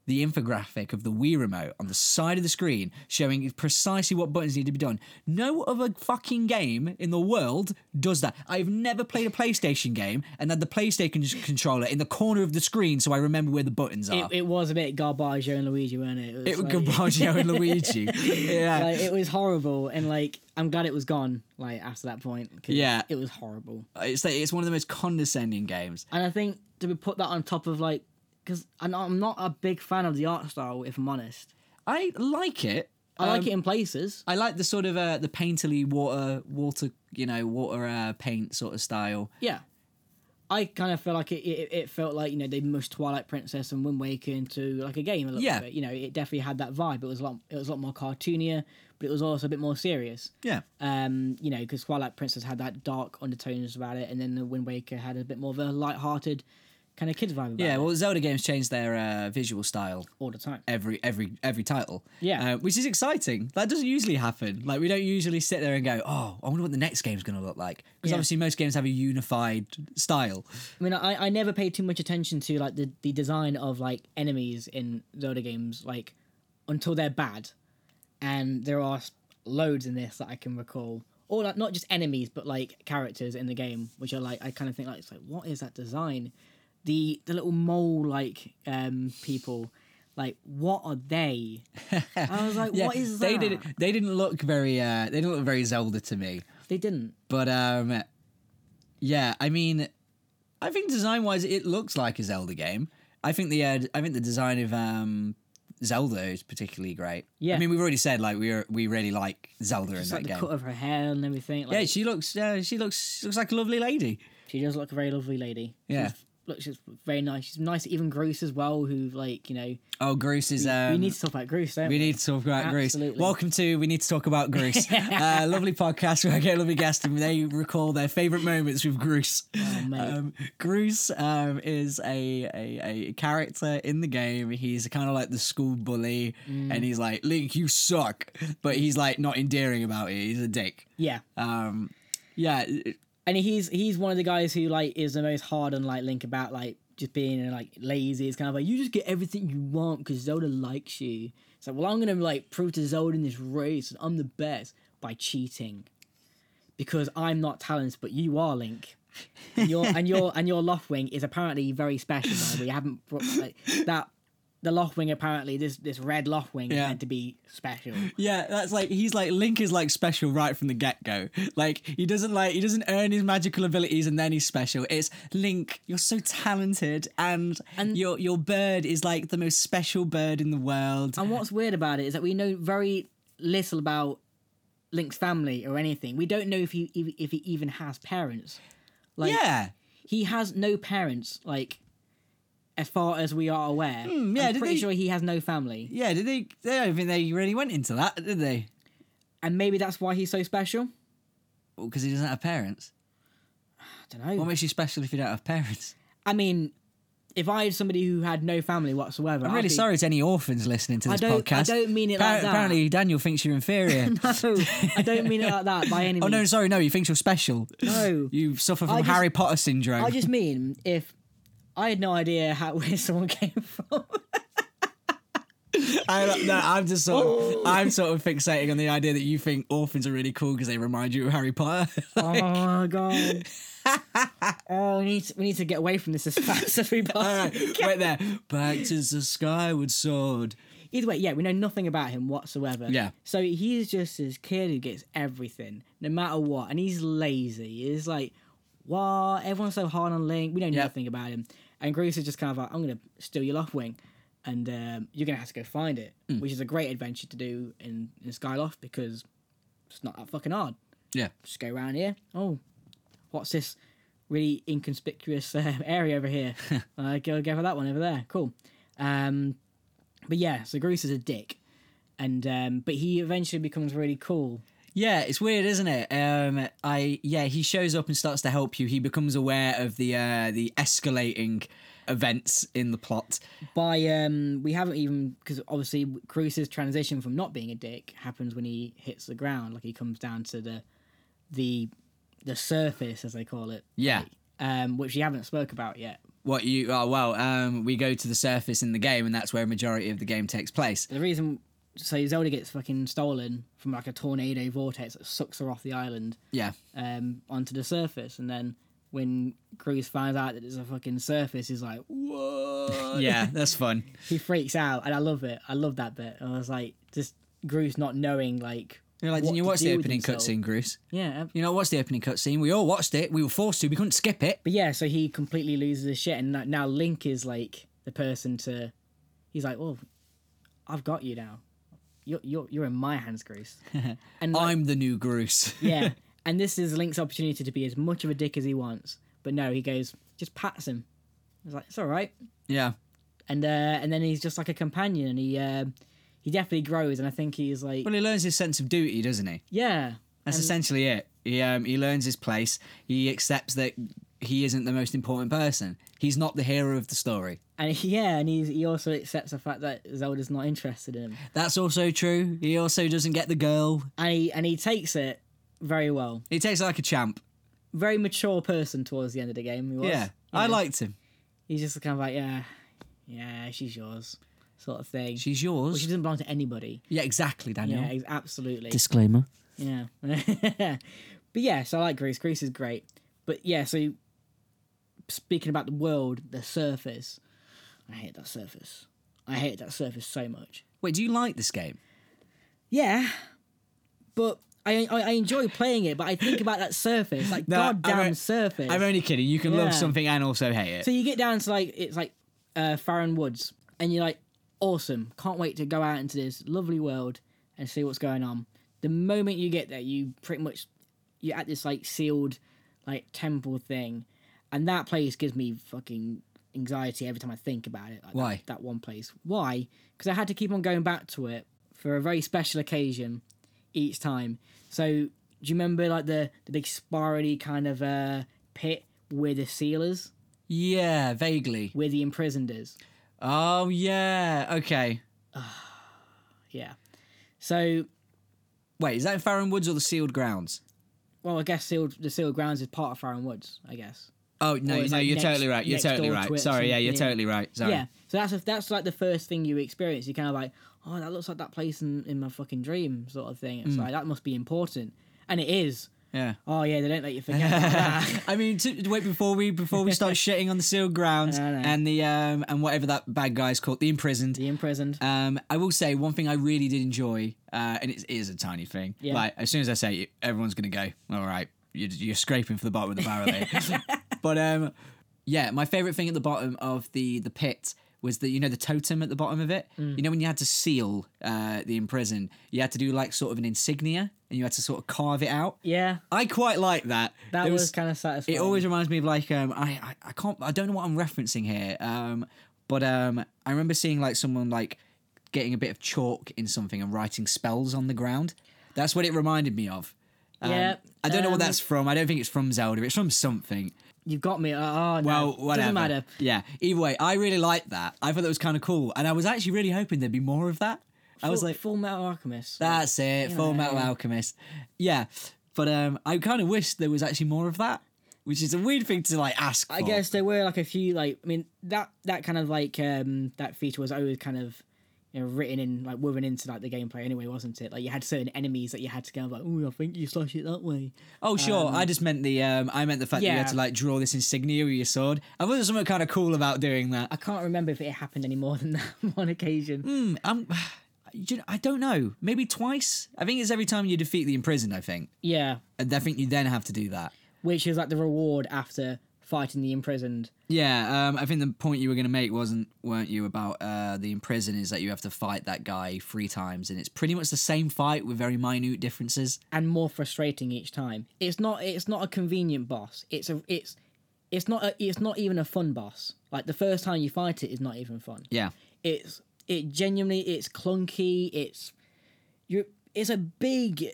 S1: the infographic of the Wii remote on the side of the screen, showing precisely what buttons need to be done. No other fucking game in the world does that. I've never played a PlayStation game and had the PlayStation controller in the corner of the screen, so I remember where the buttons are.
S2: It, it was a bit Garbaggio and Luigi, weren't it?
S1: It was
S2: like-
S1: Gabbagio and
S2: (laughs)
S1: Luigi. (laughs) Yeah.
S2: like, it was horrible, and like I'm glad it was gone. Like after that point, 'cause
S1: Yeah.
S2: it was horrible.
S1: it's like, it's one of the most condescending games.
S2: And I think to be put that on top of like, because I'm I'm not a big fan of the art style, if I'm honest.
S1: I like it.
S2: I
S1: Um,
S2: like it in places.
S1: I like the sort of uh, the painterly water water you know water uh, paint sort of style.
S2: Yeah, I kind of feel like it, it. It felt like you know they mushed Twilight Princess and Wind Waker into like a game a little
S1: Yeah.
S2: bit. You know, it definitely had that vibe. It was a lot. It was a lot more cartoonier, but it was also a bit more serious.
S1: Yeah.
S2: Um, you know, because Twilight Princess had that dark undertones about it, and then the Wind Waker had a bit more of a light-hearted kind of kids vibe about
S1: Yeah.
S2: it
S1: Well, Zelda games change their uh, visual style
S2: all the time.
S1: every every every title.
S2: Yeah.
S1: Uh, which is exciting. That doesn't usually happen. Like we don't usually sit there and go, oh, I wonder what the next game's going to look like. Because
S2: Yeah.
S1: obviously most games have a unified style.
S2: I mean, I, I never paid too much attention to like the, the design of like enemies in Zelda games, like until they're bad, and there are s- loads in this that I can recall, or like not just enemies, but like characters in the game, which are like I kind of think like it's like what is that design? The the little mole like um people, like what
S1: (laughs)
S2: are they? I was like, what is that?
S1: They didn't. They didn't look very. Uh, they didn't look very Zelda to me.
S2: They didn't.
S1: But um, yeah, I mean, I think design wise, it looks like a Zelda game. I think the uh, I think the design of um, Zelda is particularly great.
S2: Yeah.
S1: I mean, we've already said like we are, we really like Zelda
S2: It's
S1: in
S2: like
S1: that
S2: the
S1: game.
S2: cut of her hair and everything. Like,
S1: yeah, she looks uh, she looks she looks like a lovely lady.
S2: She does look a very lovely lady.
S1: Yeah.
S2: She's, look, she's very nice. She's nice, even Groose as well, who, like, you know,
S1: Oh, Groose is. Um,
S2: we need to talk about Groose, don't we?
S1: We need to talk about Greece.
S2: Absolutely.
S1: Welcome to We Need to Talk About Greece.
S2: (laughs)
S1: uh, lovely podcast where I get a lovely guest and they recall their favourite moments with Greece.
S2: Oh, mate.
S1: Um, Greece um, is a, a, a character in the game. He's kind of like the school bully
S2: Mm.
S1: and he's like, Link, you suck. But he's like not endearing about it. He's a dick.
S2: yeah.
S1: Um, yeah, it-
S2: And he's he's one of the guys who, like, is the most hard on, like, Link about, like, just being, like, lazy. It's kind of like, you just get everything you want because Zelda likes you. It's like, well, I'm going to, like, prove to Zelda in this race that I'm the best by cheating. Because I'm not talented, but you are, Link. And your and your and your Loftwing is apparently very special. By the way. You haven't brought, like, that. The Loftwing apparently this this red Loftwing
S1: Yeah.
S2: is meant to be special.
S1: yeah, that's like he's like Link is like special right from the get go. Like he doesn't like he doesn't earn his magical abilities and then he's special. It's Link, you're so talented and,
S2: And-
S1: your your bird is like the most special bird in the world.
S2: And what's weird about it is that we know very little about Link's family or anything. We don't know if he if, if he even has parents. Like
S1: yeah,
S2: he has no parents. Like as far as we are aware,
S1: Hmm, yeah,
S2: I'm
S1: did
S2: pretty
S1: they-
S2: sure he has no family,
S1: yeah. Did they? They don't think they really went into that, did they?
S2: and maybe that's why he's so special.
S1: Because he doesn't have parents.
S2: I don't know.
S1: What makes you special if you don't have parents?
S2: I mean, if I had somebody who had no family whatsoever,
S1: I'm really sorry to any orphans listening to
S2: I
S1: this
S2: don't. I
S1: podcast.
S2: don't mean it
S1: Appar-
S2: like that.
S1: Apparently, Daniel thinks you're inferior.
S2: (laughs) (laughs) no, I don't mean it like that by any
S1: (laughs)
S2: means.
S1: oh no, sorry, no. He thinks you're special.
S2: No.
S1: you suffer from
S2: I just-
S1: Harry Potter syndrome.
S2: I just mean if I had no idea how (laughs) where someone came from.
S1: I, don't- no, I'm just sort
S2: Oh.
S1: of, I'm sort of fixating on the idea that you think orphans are really cool because they remind you of Harry
S2: (laughs)
S1: Potter.
S2: Oh
S1: (laughs)
S2: my god. oh, we need to, we need to get away from this as fast as we
S1: (laughs) All
S2: possibly.
S1: right, wait there. Back to the skyward sword.
S2: Either way, yeah, we know nothing about him whatsoever.
S1: Yeah.
S2: So he's just this kid who gets everything, no matter what, and he's lazy. It's like, what? Everyone's so hard on Link. We know
S1: Yeah.
S2: nothing about him. And Groose is just kind of like, I'm gonna steal your Loftwing, and um, you're gonna have to go find it,
S1: Mm.
S2: which is a great adventure to do in, in Skyloft because it's not that fucking hard.
S1: Yeah,
S2: just go around here. Oh, what's this really inconspicuous uh, (laughs) area over here? uh, go go for that one over there. Cool. Um, but yeah, so Groose is a dick, and um, but he eventually becomes really cool.
S1: yeah. It's weird, isn't it? Um, I yeah. He shows up and starts to help you. He becomes aware of the uh, the escalating events in the plot.
S2: By um, we haven't even because obviously Groose's transition from not being a dick happens when he hits the ground, like he comes down to the the the surface as they call it,
S1: Yeah.
S2: um, which you haven't spoke about yet.
S1: What you? Oh well. Um, we go to the surface in the game, and that's where a majority of the game takes place.
S2: The reason so Zelda gets fucking stolen from like a tornado vortex that sucks her off the island
S1: Yeah.
S2: um, onto the surface, and then when Cruz finds out that there's a fucking surface, he's like, "What?"
S1: Yeah, that's fun.
S2: (laughs) he freaks out, and I love it. I love that bit. I was like, just Cruz not knowing like.
S1: You're like,
S2: what
S1: didn't you
S2: to
S1: watch
S2: do
S1: the
S2: with
S1: opening
S2: himself."
S1: cutscene, Bruce?
S2: Yeah,
S1: You know, what's the opening cutscene? We all watched it. We were forced to. We couldn't skip it.
S2: but yeah, so he completely loses his shit, and no- now Link is like the person to. He's like, "Well, I've got you now. You're you're you're in my hands, Cruz." and like,
S1: I'm the new Groose. (laughs)
S2: yeah. (laughs) And this is Link's opportunity to be as much of a dick as he wants. But no, he goes, just pats him. He's like, it's all right.
S1: yeah.
S2: And uh, and then he's just like a companion, and he uh, he definitely grows. And I think he's like,
S1: Well, he learns his sense of duty, doesn't he?
S2: yeah,
S1: That's essentially it. He um, he learns his place. He accepts that he isn't the most important person. He's not the hero of the story.
S2: and he- (laughs) yeah, and he's, he also accepts the fact that Zelda's not interested in him,
S1: That's also true. He also doesn't get the girl.
S2: and he and he takes it very well.
S1: He takes it like a champ.
S2: Very mature person towards the end of the game. He was.
S1: Yeah. I liked him.
S2: He's just kind of like, yeah, yeah, she's yours, sort of thing. She,
S1: She's yours.
S2: she doesn't belong to anybody.
S1: yeah, exactly, Daniel.
S2: Yeah, ex- absolutely.
S1: Disclaimer.
S2: Yeah. (laughs) but yeah, so I like Greece. Greece is great. But yeah, so speaking about the world, the surface, I hate that surface. I hate that surface so much.
S1: Wait, do you like this game?
S2: Yeah, but I I, I enjoy playing it, but I think about that surface, like
S1: No, I'm
S2: goddamn
S1: a-
S2: surface.
S1: I'm only kidding. You can
S2: Yeah.
S1: love something and also hate it.
S2: so you get down to like it's like uh, Farron Woods, and you're like, awesome! Can't wait to go out into this lovely world and see what's going on. The moment you get there, you pretty much you're at this like sealed like temple thing, and that place gives me fucking anxiety every time I think about it. Like,
S1: Why?
S2: That, that one place? Why? Because I had to keep on going back to it for a very special occasion each time. So do you remember like the the big spirally kind of uh, pit where the sealers?
S1: Yeah, vaguely.
S2: where the imprisoned is.
S1: Oh yeah. Okay.
S2: Yeah. So,
S1: Wait, is that in Farron Woods or the Sealed Grounds?
S2: well, I guess sealed, the sealed grounds is part of Farron Woods, I guess.
S1: Oh no,
S2: Or
S1: no,
S2: it's like
S1: you're
S2: next-
S1: totally right. You're
S2: next
S1: totally
S2: door to
S1: right.
S2: it,
S1: Sorry, yeah, you're
S2: something, yeah.
S1: totally right. Sorry.
S2: Yeah. So that's a, that's like the first thing you experience. You're kind of like, oh, that looks like that place in, in my fucking dream, sort of thing.
S1: Mm.
S2: It's like that must be important, and it is.
S1: Yeah.
S2: Oh yeah, they don't let
S1: (laughs)
S2: you forget about that.
S1: I mean, to, wait before we before we (laughs) start shitting on the sealed grounds
S2: I know.
S1: and the um and whatever that bad guy's called, the imprisoned.
S2: The imprisoned.
S1: Um, I will say one thing I really did enjoy, uh, and it is a tiny thing.
S2: Yeah.
S1: Like as soon as I say it, everyone's gonna go, all right, you're, you're scraping for the bottom of the barrel
S2: (laughs)
S1: there. but um, yeah, my favorite thing at the bottom of the the pit was the you know the totem at the bottom of it.
S2: Mm.
S1: You know when you had to seal uh, the imprisoned, you had to do like sort of an insignia, and you had to sort of carve it out.
S2: yeah,
S1: I quite like that.
S2: that
S1: It
S2: was, kind of satisfying.
S1: it always reminds me of like um I, I I can't I don't know what I'm referencing here um but um I remember seeing like someone like getting a bit of chalk in something and writing spells on the ground. That's what it reminded me of. Um,
S2: Yeah,
S1: I don't know
S2: um,
S1: what that's from. I don't think it's from Zelda. It's from something.
S2: You've got me. Oh, no.
S1: Well, whatever.
S2: Doesn't matter.
S1: Yeah. Either way, I really liked that. I thought that was kind of cool, and I was actually really hoping there'd be more of that. I was
S2: Full-
S1: like,
S2: Full Metal Alchemist.
S1: that's it, Full Metal Alchemist. Yeah, but um, I kind of wish there was actually more of that, which is a weird thing to like ask.
S2: I guess there were like a few like I mean that that kind of like um that feature was always kind of you know written in like woven into like the gameplay anyway, wasn't it? Like you had certain enemies that you had to go like, oh, I think you slash it that way.
S1: Oh sure, I just meant the um, I meant the fact that you had
S2: Yeah.
S1: to like draw this insignia with your sword. I thought there was something kind of cool about doing that.
S2: I can't remember if it happened any more (laughs) than that one occasion.
S1: Hmm, I'm, (sighs) do you know, I don't know. Maybe twice. I think it's every time you defeat the imprisoned. I think,
S2: Yeah,
S1: and I think you then have to do that.
S2: which is like the reward after fighting the imprisoned.
S1: Yeah, um, I think the point you were going to make wasn't, weren't you, about uh, the imprisoned is that you have to fight that guy three times, and it's pretty much the same fight with very minute differences.
S2: and more frustrating each time. It's not it's not a convenient boss. It's a it's it's not a, it's not even a fun boss. Like the first time you fight it is not even fun.
S1: Yeah.
S2: It's it genuinely it's clunky. It's you it's a big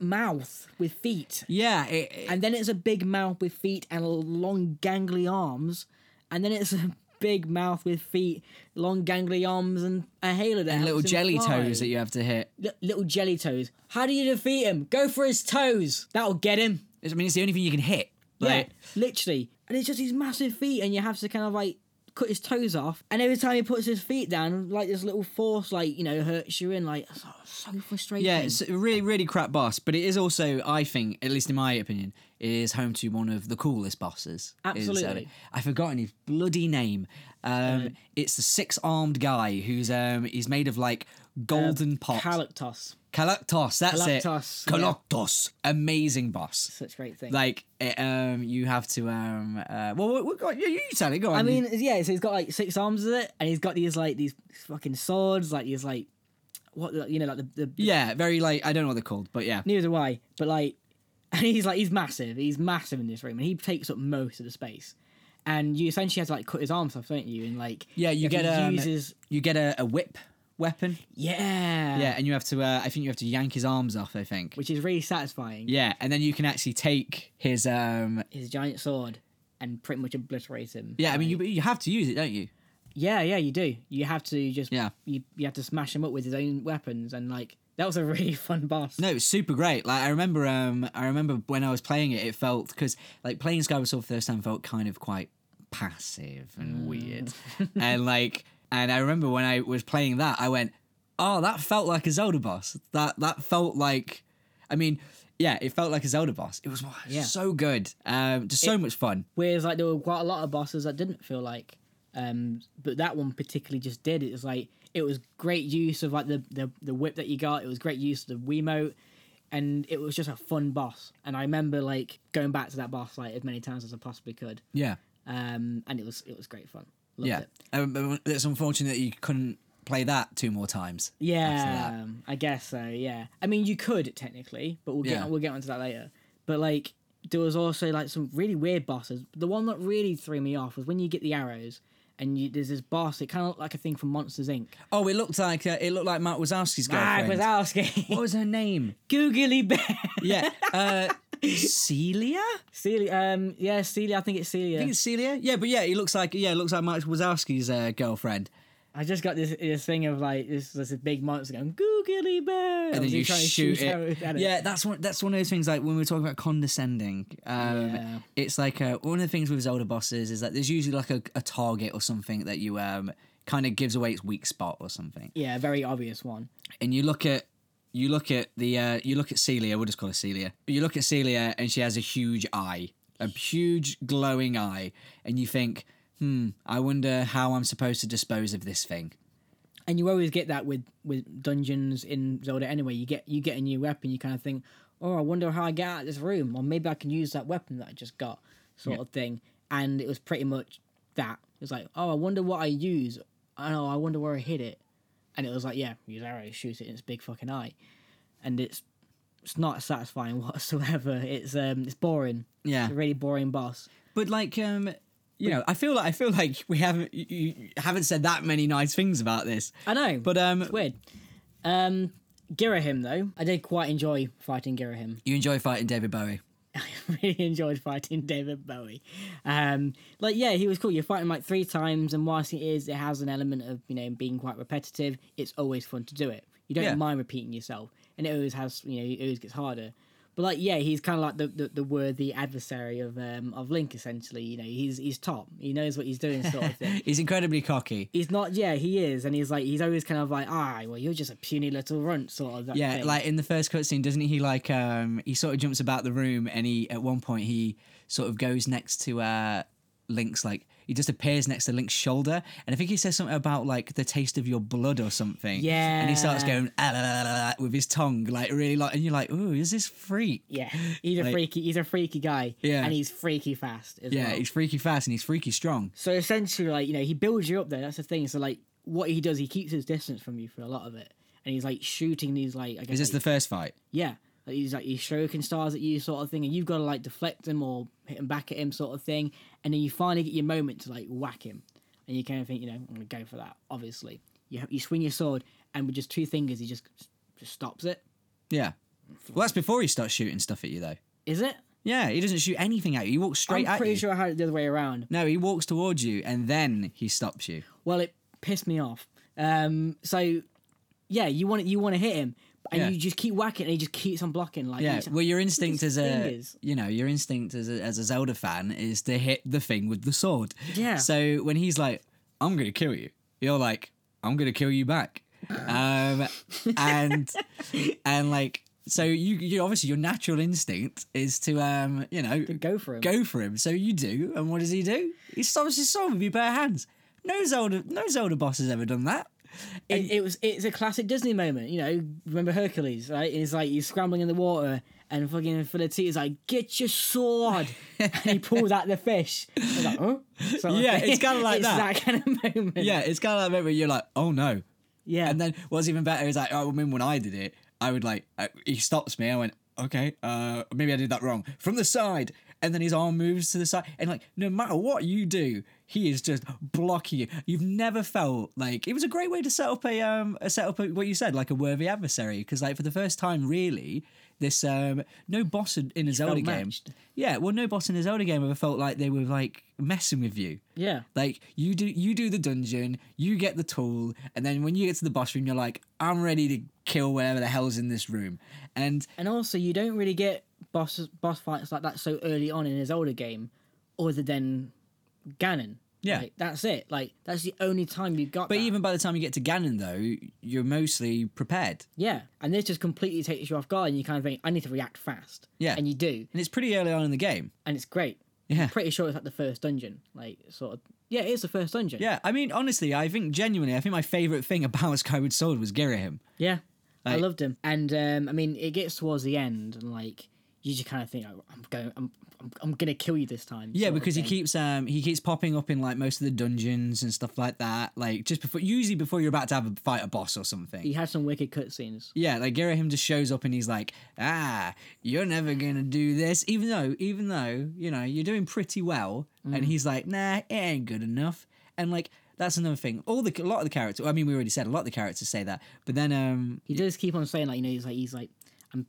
S2: mouth with feet.
S1: Yeah, it, it-
S2: And then it's a big mouth with feet and long gangly arms. And then it's a big mouth with feet, long gangly arms and a halo that
S1: and little
S2: helps him
S1: jelly
S2: fly
S1: toes that you have to hit.
S2: li- little jelly toes. How do you defeat him? Go for his toes. That'll get him.
S1: It's- I mean, it's the only thing you can hit. Like,
S2: yeah, literally. And it's just these massive feet, and you have to kind of like cut his toes off. And every time he puts his feet down, like this little force, like you know, hurts you in. Like so, so frustrating.
S1: Yeah, it's a really, really crap boss, but it is also, I think, at least in my opinion, it is home to one of the coolest bosses. Is, uh,
S2: Absolutely.
S1: I forgotten his bloody name. Um, It's the six-armed guy who's um, he's made of like golden
S2: Uh,
S1: pot.
S2: Calactos,
S1: Kalactos, that's
S2: Kalactos,
S1: it. Kalactos, amazing boss.
S2: such a great thing.
S1: Like, it, um, you have to um, uh, well, what, what, go on, you, you tell it. Go on.
S2: I mean, yeah. So he's got like six arms of it, and he's got these like these fucking swords, like these like what you know, like the, the
S1: yeah, very like I don't know what they're called, but yeah,
S2: Neither do I. But like, (laughs) and he's like, he's massive. He's massive in this room, and he takes up most of the space. And you essentially have to like cut his arms off, don't you? And like,
S1: yeah. You
S2: if
S1: get
S2: he
S1: um,
S2: uses,
S1: you get a, a whip weapon.
S2: yeah,
S1: Yeah, and you have to. Uh, I think you have to yank his arms off. I think.
S2: which is really satisfying.
S1: Yeah, and then you can actually take his. um
S2: His giant sword and pretty much obliterate him.
S1: Yeah, I mean, you you have to use it, don't you?
S2: yeah, yeah. You do. You have to just,
S1: Yeah.
S2: you you have to smash him up with his own weapons, and like that was a (laughs) really fun boss.
S1: No, it's super great. Like I remember, um, I remember when I was playing it, it felt because like playing Skyward Sword for the first time felt kind of quite passive
S2: Mm.
S1: and
S2: (laughs)
S1: weird, and like, and I remember when I was playing that, I went, "Oh, that felt like a Zelda boss. That that felt like, I mean, yeah, it felt like a Zelda boss. It was
S2: Yeah.
S1: so good, um, just so much fun.
S2: Whereas like there were quite a lot of bosses that didn't feel like, um, but that one particularly just did. It was like it was great use of like the the, the whip that you got. It was great use of the Wiimote, and it was just a fun boss. And I remember like going back to that boss like as many times as I possibly could.
S1: Yeah,
S2: Um, and it was it was great fun. Loved
S1: yeah.
S2: it.
S1: Um, it's unfortunate that you couldn't play that two more times.
S2: Yeah, um, I guess so. Yeah, I mean, you could technically, but we'll get
S1: Yeah.
S2: we'll get onto that later. But like, there was also like some really weird bosses. The one that really threw me off was when you get the arrows and you, there's this boss. It kind of looked like a thing from Monsters Inc.
S1: Oh, it looked like uh, it looked like Mark Wazowski's
S2: Ah,
S1: girlfriend. (laughs)
S2: Wazowski,
S1: what was her name?
S2: Googly Bear,
S1: Yeah, uh, (laughs) Celia.
S2: Celia. Um, yeah, Celia. I think it's Celia.
S1: I think it's Celia. Yeah, but yeah, he looks like yeah, it looks like Mark Wazowski's uh, girlfriend.
S2: I just got this this thing of like this this big monster going googly bear,
S1: and then
S2: Obviously
S1: you
S2: trying to
S1: shoot,
S2: arrows
S1: it.
S2: at
S1: Yeah, that's one. That's one of those things. Like when we were talking about condescending, um,
S2: Yeah.
S1: it's like uh one of the things with Zelda bosses is that there's usually like a, a target or something that you um, kind of gives away its weak spot or something.
S2: yeah, very obvious one.
S1: And you look at you look at the uh, you look at Celia. We'll just call her Celia. You look at Celia, and she has a huge eye, a huge glowing eye, and you think, hmm, I wonder how I'm supposed to dispose of this thing.
S2: and you always get that with with dungeons in Zelda anyway. You get you get a new weapon, you kind of think, oh, I wonder how I get out of this room, or maybe I can use that weapon that I just got, sort of thing. And it was pretty much that. It was like, oh, I wonder what I use. I know, I wonder where I hid it. And it was like, yeah, use arrows, shoot it in its big fucking eye, and it's it's not satisfying (laughs) whatsoever. It's um it's boring.
S1: Yeah.
S2: It's a really boring boss.
S1: But like, um, you know, I feel like I feel like we haven't you, you haven't said that many nice things about this.
S2: I know, but
S1: But um,
S2: weird. Um, Girahim though, I did quite enjoy fighting Girahim.
S1: you enjoy fighting David Bowie.
S2: (laughs) really enjoyed fighting David Bowie. Um, like, yeah, he was cool. You're fighting like three times, and whilst it is, it has an element of you know being quite repetitive. It's always fun to do it. You don't
S1: Yeah.
S2: mind repeating yourself, and it always has you know it always gets harder. But like, yeah, he's kind of like the, the, the worthy adversary of um, of Link essentially. You know, he's he's top. He knows what he's doing, sort of
S1: (laughs)
S2: thing.
S1: He's incredibly cocky.
S2: He's not, yeah, he is, and he's like, he's always kind of like, ah, well, you're just a puny little runt, sort of. That
S1: Yeah,
S2: thing.
S1: like in the first cutscene, doesn't he? Like, um, he sort of jumps about the room, and he at one point he sort of goes next to uh, Link's like. He just appears next to Link's shoulder, and I think he says something about like the taste of your blood or something. and he starts
S2: Yeah.
S1: going "Ah, la, la, la, la," with his tongue, like really, like, and you're like, "Ooh, is this freak?"
S2: yeah,
S1: (laughs)
S2: he's a
S1: like-
S2: freaky, he's a freaky guy,
S1: Yeah.
S2: and he's freaky fast as
S1: Yeah,
S2: well.
S1: he's freaky fast and he's freaky strong.
S2: So essentially, like you know, he builds you up there. That's the thing. So like, what he does, he keeps his distance from you for a lot of it, and he's like shooting these like I guess
S1: Is this
S2: like-
S1: the first fight?
S2: yeah, like, he's like he's shuriken stars at you sort of thing, and you've got to like deflect him or hit him back at him sort of thing, and then you finally get your moment to like whack him, and you kind of think you know I'm gonna go for that. Obviously, you you swing your sword, and with just two fingers, he just just stops it.
S1: Yeah. Well, that's before he starts shooting stuff at you, though.
S2: Is it?
S1: Yeah, he doesn't shoot anything at you. He walks straight
S2: I'm
S1: at
S2: pretty
S1: you.
S2: sure I had it the other way around.
S1: No, he walks towards you and then he stops you.
S2: Well, it pissed me off. Um, so yeah, you want you want to hit him, and
S1: Yeah.
S2: you just keep whacking, and he just keeps on blocking. Like
S1: Yeah.
S2: he's-
S1: Well, your instinct
S2: his
S1: as a
S2: fingers.
S1: you know your instinct as a, as a Zelda fan is to hit the thing with the sword.
S2: Yeah.
S1: So when he's like, "I'm gonna kill you," you're like, "I'm gonna kill you back,"
S2: (laughs)
S1: um, and and like so you you obviously your natural instinct is to um you know
S2: go for him.
S1: go for him. So you do, and what does he do? He stops his sword with your bare hands. No Zelda, no Zelda boss has ever done that.
S2: it, it was it's a classic Disney moment. You know, remember Hercules, right? It's like he's scrambling in the water, and fucking Felicity is like, "Get your
S1: (laughs)
S2: sword!" and he pulls out the fish. I was like, huh? Sort
S1: Yeah,
S2: thing.
S1: it's kinda like
S2: It's
S1: that.
S2: kind of (laughs) moment.
S1: Yeah, it's kind of like that moment where you're like, oh no.
S2: yeah.
S1: And then what's even better is like, oh, I remember when I did it, I would like, uh, he stops me. I went, okay, uh, maybe I did that wrong. From the side. And then his arm moves to the side. And like, no matter what you do, he is just blocking you. You've never felt like it was a great way to set up a um a set up a, what you said like a worthy adversary because like for the first time really this um no boss in in a Zelda game
S2: matched.
S1: yeah well no boss in a Zelda game ever felt like they were like messing with you
S2: yeah.
S1: like you do you do the dungeon, you get the tool, and then when you get to the boss room, you're like, I'm ready to kill whatever the hell's in this room. And
S2: And also, you don't really get boss boss fights like that so early on in his older game, other than Ganon.
S1: Yeah.
S2: like, that's it. Like that's the only time you got.
S1: but
S2: that.
S1: even by the time you get to Ganon though, you're mostly prepared.
S2: yeah, and this just completely takes you off guard, and you kind of think, I need to react fast.
S1: Yeah.
S2: and you do,
S1: And it's pretty early on in the game.
S2: and it's great.
S1: Yeah.
S2: I'm pretty sure it's like the first dungeon, like sort of. Yeah, it's the first dungeon.
S1: Yeah, I mean honestly, I think genuinely, I think my favorite thing about (laughs) Skyward Sword was Girahim.
S2: Yeah. I
S1: Like-
S2: loved him. And um, I mean, it gets towards the end, and like you just kind of think, oh, I'm going, I'm, I'm, I'm gonna kill you this time.
S1: Yeah,
S2: sort of
S1: because he
S2: thing.
S1: keeps um he keeps popping up in like most of the dungeons and stuff like that. Like just before, usually before you're about to have a fight a boss or something.
S2: he had some wicked cutscenes.
S1: Yeah, like Girahim just shows up and he's like, "Ah, you're never gonna do this," even though, even though you know you're doing pretty well,
S2: Mm.
S1: and he's like, "Nah, it ain't good enough," and like that's another thing. All the a lot of the characters, I mean, we already said a lot of the characters say that, but then um,
S2: He does keep on saying like, you know, he's like, he's like, I'm,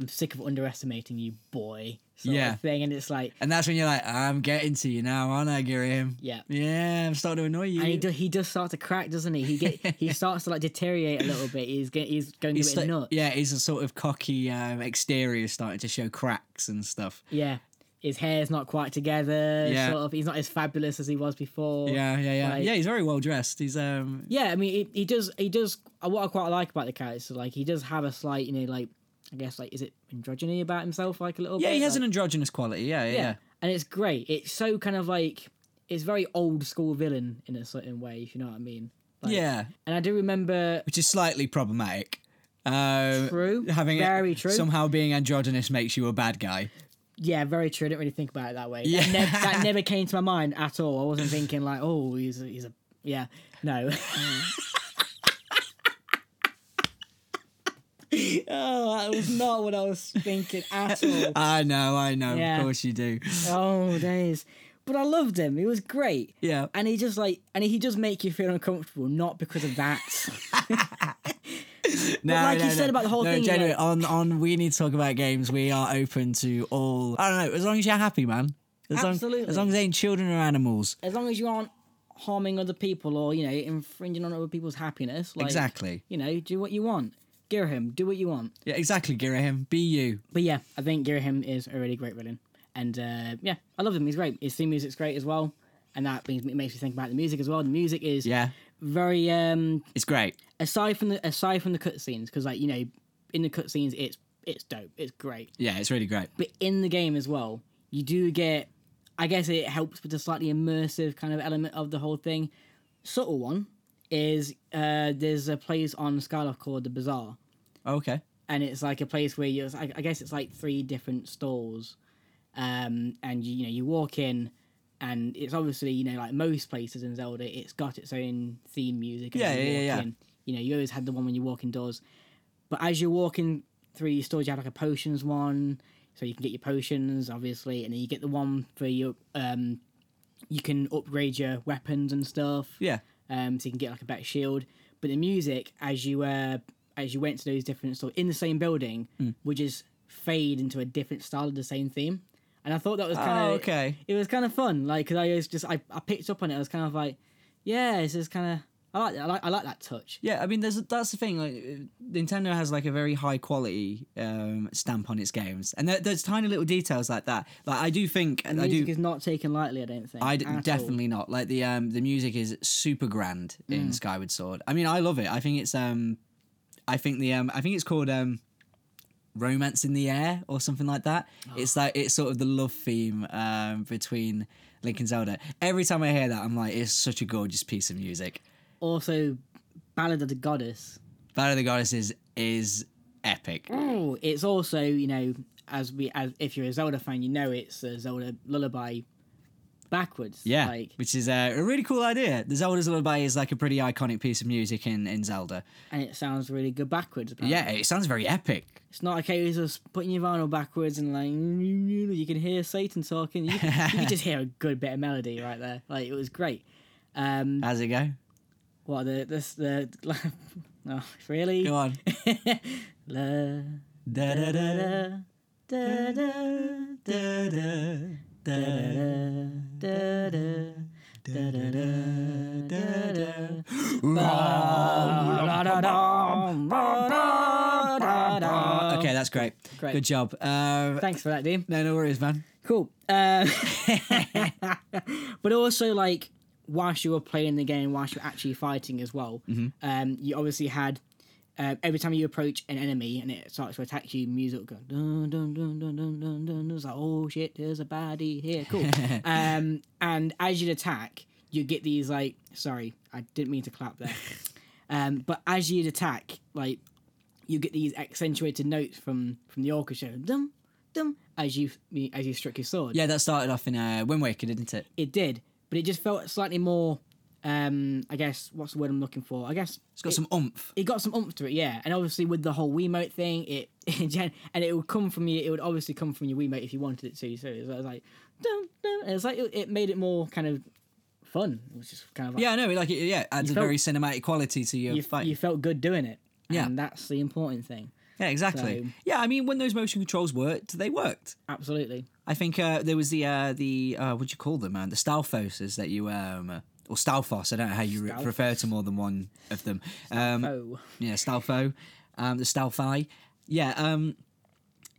S2: I'm sick of underestimating you, boy. Sort
S1: Yeah.
S2: of thing, and it's like,
S1: and that's when you're like, "I'm getting to you now, aren't I, Girahim?"
S2: yeah.
S1: Yeah, I'm starting to annoy you.
S2: And he, do, he does start to crack, doesn't he?
S1: (laughs)
S2: He get he starts to like deteriorate a little bit. He's get, he's going
S1: He's
S2: a bit
S1: sta-
S2: nuts.
S1: yeah, he's a sort of cocky um, exterior starting to show cracks and stuff.
S2: Yeah, his hair's not quite together.
S1: Yeah.
S2: Sort of, he's not as fabulous as he was before.
S1: Yeah, yeah, yeah.
S2: Like-
S1: yeah, he's very well dressed. He's um,
S2: Yeah, I mean, he, he does. He does. uh, What I quite like about the character, is, like he does have a slight, you know, like I guess, like is it androgyny about himself, like a little.
S1: yeah,
S2: bit?
S1: he has
S2: like,
S1: an androgynous quality. Yeah, yeah. yeah.
S2: and it's great. It's so kind of like it's very old school villain in a certain way, if you know what I mean. Like,
S1: yeah,
S2: and I do remember
S1: which is slightly problematic. Um,
S2: True.
S1: Having it-
S2: Very true.
S1: Somehow being androgynous makes you a bad guy.
S2: Yeah, very true. I didn't really think about it that way.
S1: Yeah.
S2: That, nev- that
S1: (laughs)
S2: never came to my mind at all. I wasn't thinking like, oh, he's a, he's a yeah, no.
S1: Mm.
S2: (laughs) oh, that was not what I was thinking
S1: (laughs)
S2: at all.
S1: I know, I know.
S2: Yeah.
S1: Of course you do.
S2: Oh days, but I loved him. He was great,
S1: Yeah.
S2: and he just like, and he does make you feel uncomfortable, not because of that.
S1: (laughs) No,
S2: like
S1: no,
S2: you
S1: no.
S2: said about the whole
S1: no,
S2: thing,
S1: Genuinely,
S2: like-
S1: on on we need to talk about games. We are open to all. I don't know. As long as you're happy, man. As Long,
S2: Absolutely.
S1: as long as they ain't children or animals.
S2: as long as you aren't harming other people or you know infringing on other people's happiness, like,
S1: exactly.
S2: You know, do what you want. Girahim, do what you want.
S1: Yeah, exactly. Girahim, be you.
S2: But yeah, I think Girahim is a really great villain, and uh, yeah, I love him. He's great. His theme music's great as well, and that means, it makes me think about the music as well. The music is
S1: Yeah,
S2: very um,
S1: it's great.
S2: aside from the aside from the cutscenes because like you know in the cutscenes it's it's dope, it's great.
S1: Yeah, it's really great.
S2: But in the game as well, you do get. I guess it helps with the slightly immersive kind of element of the whole thing. Subtle one is uh, there's a place on Skyloft called the Bazaar,
S1: Okay.
S2: and it's like a place where you I, I guess it's like three different stalls um and you, you know you walk in and it's obviously you know like most places in zelda it's got its own theme music as
S1: Yeah,
S2: you
S1: yeah, yeah,
S2: walk
S1: yeah.
S2: in. you know you always had the one when you walk indoors but as you're walking through your stores you have like a potions one so you can get your potions obviously and then you get the one for your um you can upgrade your weapons and stuff
S1: Yeah.
S2: um, so you can get like a better shield. But the music, as you uh, as you went to those different stores in the same building,
S1: Mm.
S2: would just fade into a different style of the same theme. And I thought that was kind of
S1: Oh, okay.
S2: It was kind of fun, like because I was just I, I picked up on it. I was kind of like, yeah, it's just kind of I like that. I like I like that touch.
S1: Yeah, I mean, there's that's the thing. Like, uh, Nintendo has like a very high quality um, stamp on its games, and there, there's tiny little details like that. Like, I do think,
S2: The
S1: I do,
S2: music is not taken lightly. I don't think.
S1: I
S2: at all.
S1: d- definitely not. Like the um, the music is super grand
S2: Mm.
S1: in Skyward Sword. I mean, I love it. I think it's um, I think the um, I think it's called um, Romance in the Air or something like that.
S2: Oh.
S1: It's like it's sort of the love theme um between Link and Zelda. Every time I hear that, I'm like, it's such a gorgeous piece of music.
S2: Also, Ballad of the Goddess.
S1: Battle of the Goddess is is epic.
S2: Oh, it's also you know as we as if you're a Zelda fan, you know it's a Zelda lullaby backwards.
S1: Yeah,
S2: like
S1: which is uh, a really cool idea. The Zelda's Lullaby is like a pretty iconic piece of music in, in Zelda.
S2: and it sounds really good backwards. Apparently.
S1: Yeah, it sounds very epic.
S2: it's not a case of just putting your vinyl backwards and like you can hear Satan talking. You, can- you can just hear a good bit of melody right there. Like it was great. Um,
S1: How's it go?
S2: what the this the (laughs) oh, really
S1: Go on.
S2: (laughs) La,
S1: Da da
S2: da,
S1: da
S2: da, da, da.
S1: da da da
S2: da, da, da, da, da, da.
S1: da. Okay, that's great.
S2: Great.
S1: Good job. Um,
S2: Thanks for that, dude.
S1: no, no worries, man.
S2: Cool. Uh, (laughs) but also, like, whilst you were playing the game, whilst you were actually fighting as well, um, you obviously had uh, every time you approach an enemy and it starts to attack you, music going dun dun dun dun dun dun dun. It's like, oh shit, there's a baddie here. Cool. um, and as you'd attack, you get these like, sorry, I didn't mean to clap there. um, but as you'd attack, like you get these accentuated notes from from the orchestra. Dum dum as you as you struck your sword.
S1: Yeah, that started off in uh, Wind Waker, didn't it?
S2: It did, but it just felt slightly more. Um, I guess what's the word I'm looking for? I guess
S1: It's got some oomph.
S2: it got some oomph to it, yeah. And obviously with the whole Wiimote thing, it, (laughs) it gen- and it would come from you. It would obviously come from your Wiimote if you wanted it to. So it was, like, dum, dum. And it's like it, it made it more kind of fun. It was just kind of like,
S1: Yeah, I know. Like, it, yeah, it adds a
S2: felt-
S1: very cinematic quality to your
S2: you,
S1: fight.
S2: you felt good doing it.
S1: Yeah.
S2: and that's the important thing.
S1: yeah, exactly.
S2: so-
S1: Yeah, I mean, when those motion controls worked, they worked.
S2: Absolutely.
S1: I think uh, there was the uh, the uh, what do you call them, man? The Stalfoses that you um or Stalfos. I don't know how you re-
S2: Stalfos.
S1: refer to more than one of them. Um,
S2: Oh,
S1: yeah, Stalfo, um, the Stalfi. Yeah, um,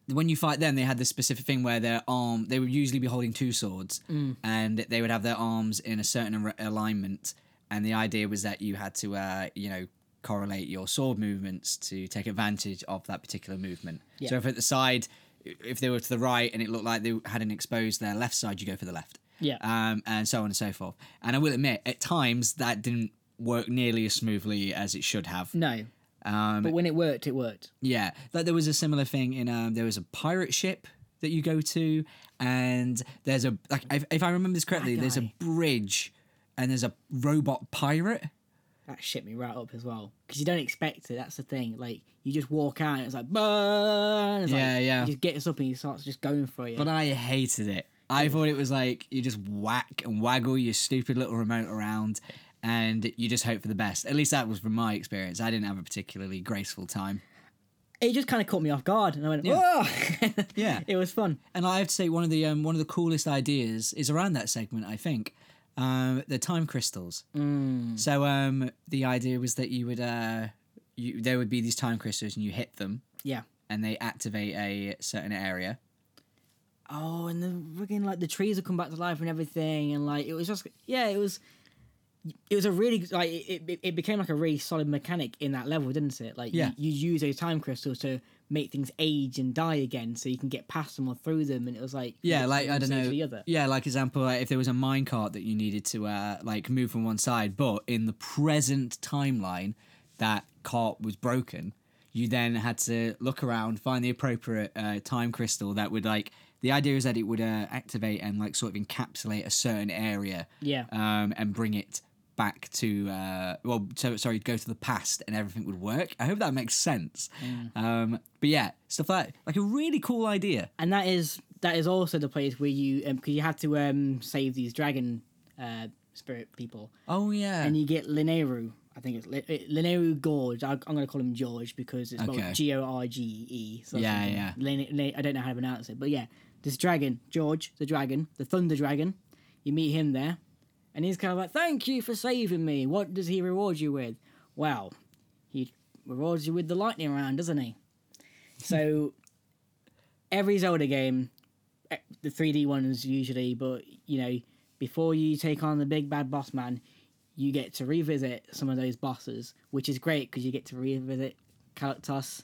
S1: when you fight them, they had this specific thing where their arm they would usually be holding two swords, and they would have their arms in a certain ar- alignment. And the idea was that you had to, uh, you know, correlate your sword movements to take advantage of that particular movement. So if at the side, i- if they were to the right and it looked like they hadn't exposed their left side, you go for the left.
S2: Yeah.
S1: Um, and so on and so forth. And I will admit, at times that didn't work nearly as smoothly as it should have.
S2: no.
S1: Um,
S2: But when it worked, it worked.
S1: yeah, like there was a similar thing in um, there was a pirate ship that you go to, and there's a like if, if I remember this correctly, there's a
S2: guy.
S1: bridge, and there's a robot pirate.
S2: That shit me right up as well because you don't expect it. That's the thing. Like you just walk out and it's like burn. It's
S1: Yeah,
S2: like,
S1: yeah.
S2: He just gets up and he starts just going for you.
S1: But I hated it. I thought it was like you just whack and waggle your stupid little remote around, and you just hope for the best. At least that was from my experience. I didn't have a particularly graceful time.
S2: it just kind of caught me off guard, and I went, "Whoa!" (laughs)
S1: Yeah.
S2: it was fun.
S1: and I have to say one of the um, one of the coolest ideas is around that segment. I think um, the time crystals. So um, the idea was that you would uh, you there would be these time crystals and you hit them
S2: Yeah.
S1: and they activate a certain area.
S2: Oh, and the fucking like the trees would come back to life and everything, and like it was just yeah, it was. It was a really like it, it, it became like a really solid mechanic in that level, didn't it? Like
S1: Yeah.
S2: you, you use those time crystals to make things age and die again, so you can get past them or through them, and it was like you
S1: Yeah,
S2: get
S1: like
S2: from
S1: I
S2: one
S1: don't
S2: stage to
S1: know.
S2: the other.
S1: Yeah, like example, like, if there was a minecart that you needed to uh, like move from one side, but in the present timeline, that cart was broken. You then had to look around, find the appropriate uh, time crystal that would like. The idea is that it would uh, activate and like sort of encapsulate a certain area.
S2: Yeah.
S1: Um, and bring it back to uh, well, so, sorry, go to the past, and everything would work. I hope that makes sense. Um, but yeah, stuff like like a really cool idea.
S2: and that is that is also the place where you because you had to um save these dragon uh spirit people
S1: Oh yeah.
S2: and you get Lineru. I think it's Li- it- Lineru Gorge. I, I'm going to call him George because it's
S1: Okay.
S2: spelled G O R G E. So
S1: Yeah,
S2: something-
S1: yeah.
S2: Lin- Lin- I don't know how to pronounce it, but yeah, this dragon, George, the dragon, the thunder dragon. You meet him there, and he's kind of like, "Thank you for saving me." What does he reward you with? Well, he rewards you with the lightning round, doesn't he?
S1: (laughs)
S2: So every Zelda game, eh, the 3D ones usually, but you know, before you take on the big bad boss man, you get to revisit some of those bosses, which is great because you get to revisit Kalactos.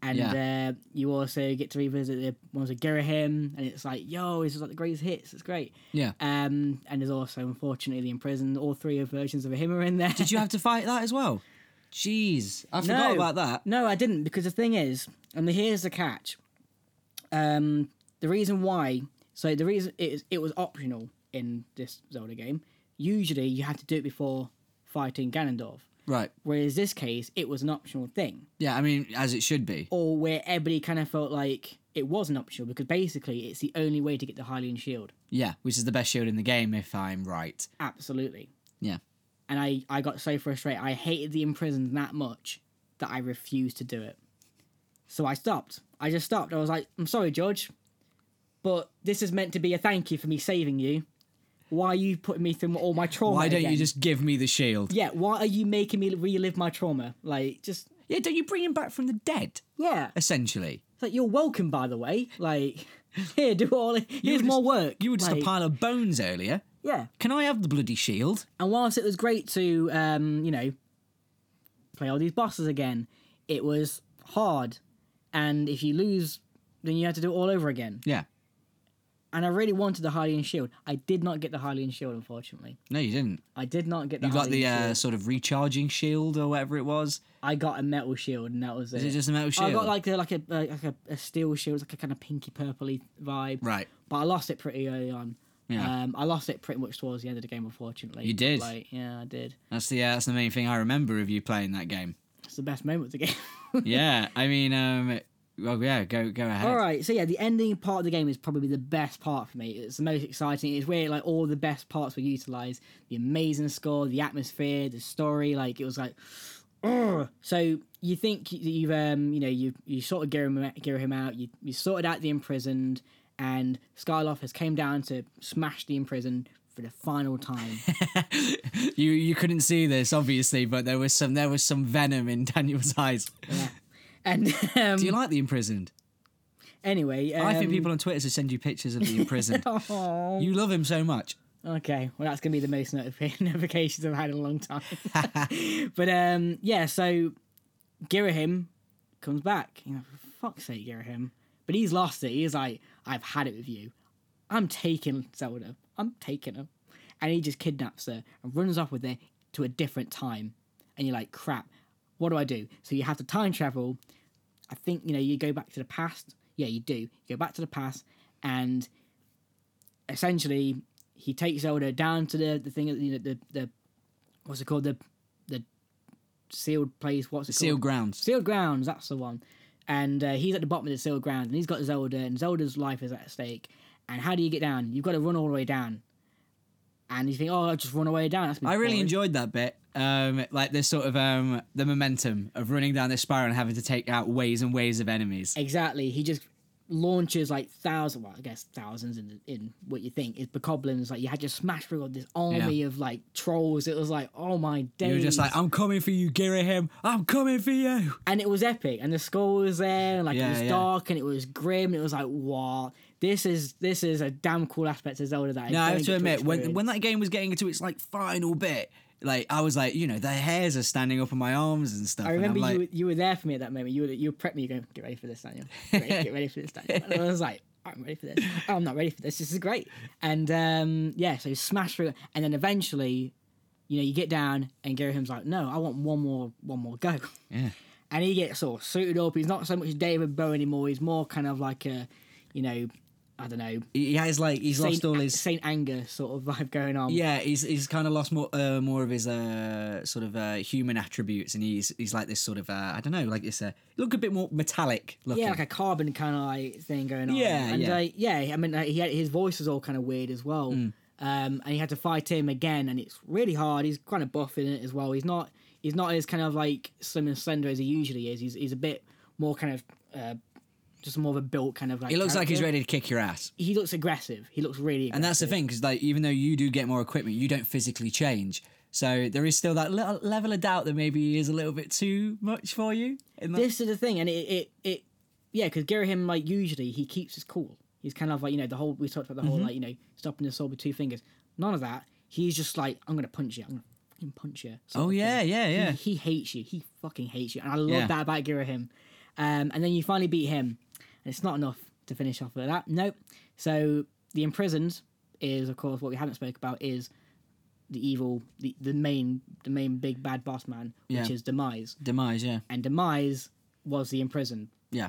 S2: And uh, you also get to revisit the ones with Girahim, and it's like, yo, this is like the greatest hits. It's great.
S1: Yeah.
S2: Um, and there's also, unfortunately, the imprisoned. All three versions of him are in there.
S1: Did you have to fight that as well? Jeez, I forgot
S2: No.
S1: about that.
S2: (laughs) No, I didn't because the thing is, and here's the catch. Um, the reason why, so the reason it, is- it was optional in this Zelda game. Usually, you had to do it before fighting Ganondorf.
S1: Right.
S2: Whereas this case, it was an optional thing,
S1: Yeah, I mean, as it should be.
S2: or where everybody kind of felt like it was an optional because basically, it's the only way to get the Hylian shield.
S1: Yeah, which is the best shield in the game, if I'm right.
S2: Absolutely.
S1: Yeah.
S2: And I, I got so frustrated. I hated the imprisoned that much that I refused to do it. So I stopped. I just stopped. I was like, I'm sorry, George, but this is meant to be a thank you for me saving you. Why are you putting me through all my trauma?
S1: Why don't you
S2: again?
S1: just give me the shield?
S2: Yeah, why are you making me relive my trauma? Like, just.
S1: Yeah, don't you bring him back from the dead,
S2: Yeah.
S1: essentially?
S2: It's like, you're welcome, by the way. Like, (laughs) here, do all. Here's
S1: were
S2: more
S1: just-
S2: work.
S1: You were just
S2: like,
S1: a pile of bones earlier.
S2: Yeah.
S1: Can I have the bloody shield?
S2: And whilst it was great to, um, you know, play all these bosses again, it was hard. And if you lose, then you had to do it all over again.
S1: Yeah.
S2: and I really wanted the Hylian shield. I did not get the Hylian shield, unfortunately.
S1: No, you didn't.
S2: I did not get the.
S1: You got the
S2: Hylian
S1: uh,
S2: shield.
S1: sort of recharging shield or whatever it was.
S2: I got a metal shield, and that was
S1: Is it just a metal shield?
S2: I got like a like a uh, like a, a steel shield, it's like a kind of pinky purpley vibe.
S1: right.
S2: But I lost it pretty early on.
S1: Yeah.
S2: Um, I lost it pretty much towards the end of the game, unfortunately.
S1: You did?
S2: Like, yeah, I did.
S1: That's the uh, that's the main thing I remember of you playing that game.
S2: It's the best moment of the (laughs) game.
S1: yeah, I mean, um, well, yeah, go go ahead.
S2: All right, so yeah, the ending part of the game is probably the best part for me. It's the most exciting. It's where like all the best parts were utilized. The amazing score, the atmosphere, the story. Like it was like, Ugh. so you think you- you've um you know you you sort of gear him gear him out. You you sorted out the imprisoned, and Skyloff has came down to smash the imprisoned for the final
S1: (laughs)
S2: time.
S1: you you couldn't see this obviously, but there was some there was some venom in (laughs) Daniel's eyes.
S2: and um,
S1: Do you like the imprisoned?
S2: anyway,
S1: I think
S2: um, Oh.
S1: people on Twitter should send you pictures of
S2: (laughs)
S1: the imprisoned.
S2: aw.
S1: you love him so much.
S2: Okay, well that's gonna be the most notifi- (laughs) notifications I've had in a long time. (laughs) but um, yeah, so Girahim comes back. You know, for fuck's sake, Girahim. But he's lost it. He's like, I've had it with you. I'm taking Zelda. I'm taking her. And he just kidnaps her and runs off with her to a different time. And you're like, crap, what do I do? So you have to time travel. I think, you know, you go back to the past. Yeah, you do. You go back to the past and essentially he takes Zelda down to the the thing you know the the what's it called the the sealed place what's it
S1: Sealed
S2: called
S1: grounds.
S2: sealed grounds that's the one and uh, he's at the bottom of the sealed grounds and he's got Zelda and Zelda's life is at stake and how do you get down you've got to run all the way down and you think oh I'll just run away down that's
S1: I really
S2: boring.
S1: enjoyed that bit. Um, like this sort of um, the momentum of running down this spiral and having to take out waves and waves of enemies.
S2: Exactly. He just launches like thousands, well, I guess thousands in, in what you think is bokoblins. Like you had to smash through all this army of like trolls. It was like, oh my days.
S1: You were just like, I'm coming for you, Girahim. I'm coming for you.
S2: and it was epic. And the score was there. And, like
S1: Yeah,
S2: it was
S1: yeah.
S2: dark and it was grim. It was like, wow, this is this is a damn cool aspect of Zelda. That
S1: No, I
S2: don't
S1: have to
S2: get
S1: admit, when
S2: experience.
S1: when that game was getting to its like final bit, like I was like, you know, the hairs are standing up on my arms and stuff.
S2: I remember
S1: and I'm
S2: you,
S1: like,
S2: were, you were there for me at that moment. You were you were prepping. You going, get ready for this, Daniel. Get ready, get ready for this, Daniel. And I was like, I'm ready for this. Oh, I'm not ready for this. This is great. And um, yeah, so you smash through, and then eventually, you know, you get down, and Garahim's like, no, I want one more, one more go.
S1: Yeah.
S2: And he gets all suited up. He's not so much David Bowie anymore. He's more kind of like a, you know, I don't know,
S1: he has like he's lost
S2: Saint,
S1: all his
S2: Saint Anger sort of vibe going on.
S1: yeah he's he's kind of lost more uh, more of his uh sort of uh human attributes and he's he's like this sort of uh I don't know like this uh look a bit more metallic looking
S2: Yeah, like a carbon kind of like thing going on.
S1: Yeah,
S2: and
S1: yeah. Mm.
S2: Like, yeah. I mean, like, he had, his voice was all kind of weird as well. Um, and he had to fight him again, and it's really hard. He's kind of buff in it as well. He's not he's not as kind of like slim and slender as he usually is. He's he's a bit more kind of uh, just more of a built kind of like.
S1: he looks like he's
S2: character.
S1: ready to kick your ass
S2: He looks aggressive. He looks really. Aggressive.
S1: and that's the thing because like even though you do get more equipment you don't physically change so there is still that little level of doubt that maybe he is a little bit too much for you in that
S2: this is the thing, and it it, it yeah, because Girahim like usually he keeps his cool. He's kind of like you know the whole we talked about the
S1: Mm-hmm.
S2: whole like you know stopping the sword with two fingers. None of that. He's just like I'm gonna punch you. I'm gonna fucking punch you. sort
S1: oh
S2: of
S1: yeah
S2: thing.
S1: yeah yeah
S2: He, he hates you. He fucking hates you, and I love
S1: Yeah.
S2: that about Girahim. Um, and then you finally beat him, and it's not enough to finish off with that. Nope. So the imprisoned is of course what we haven't spoke about is the evil the, the main the main big bad boss man which
S1: Yeah.
S2: is demise
S1: demise yeah
S2: and demise was the imprisoned.
S1: yeah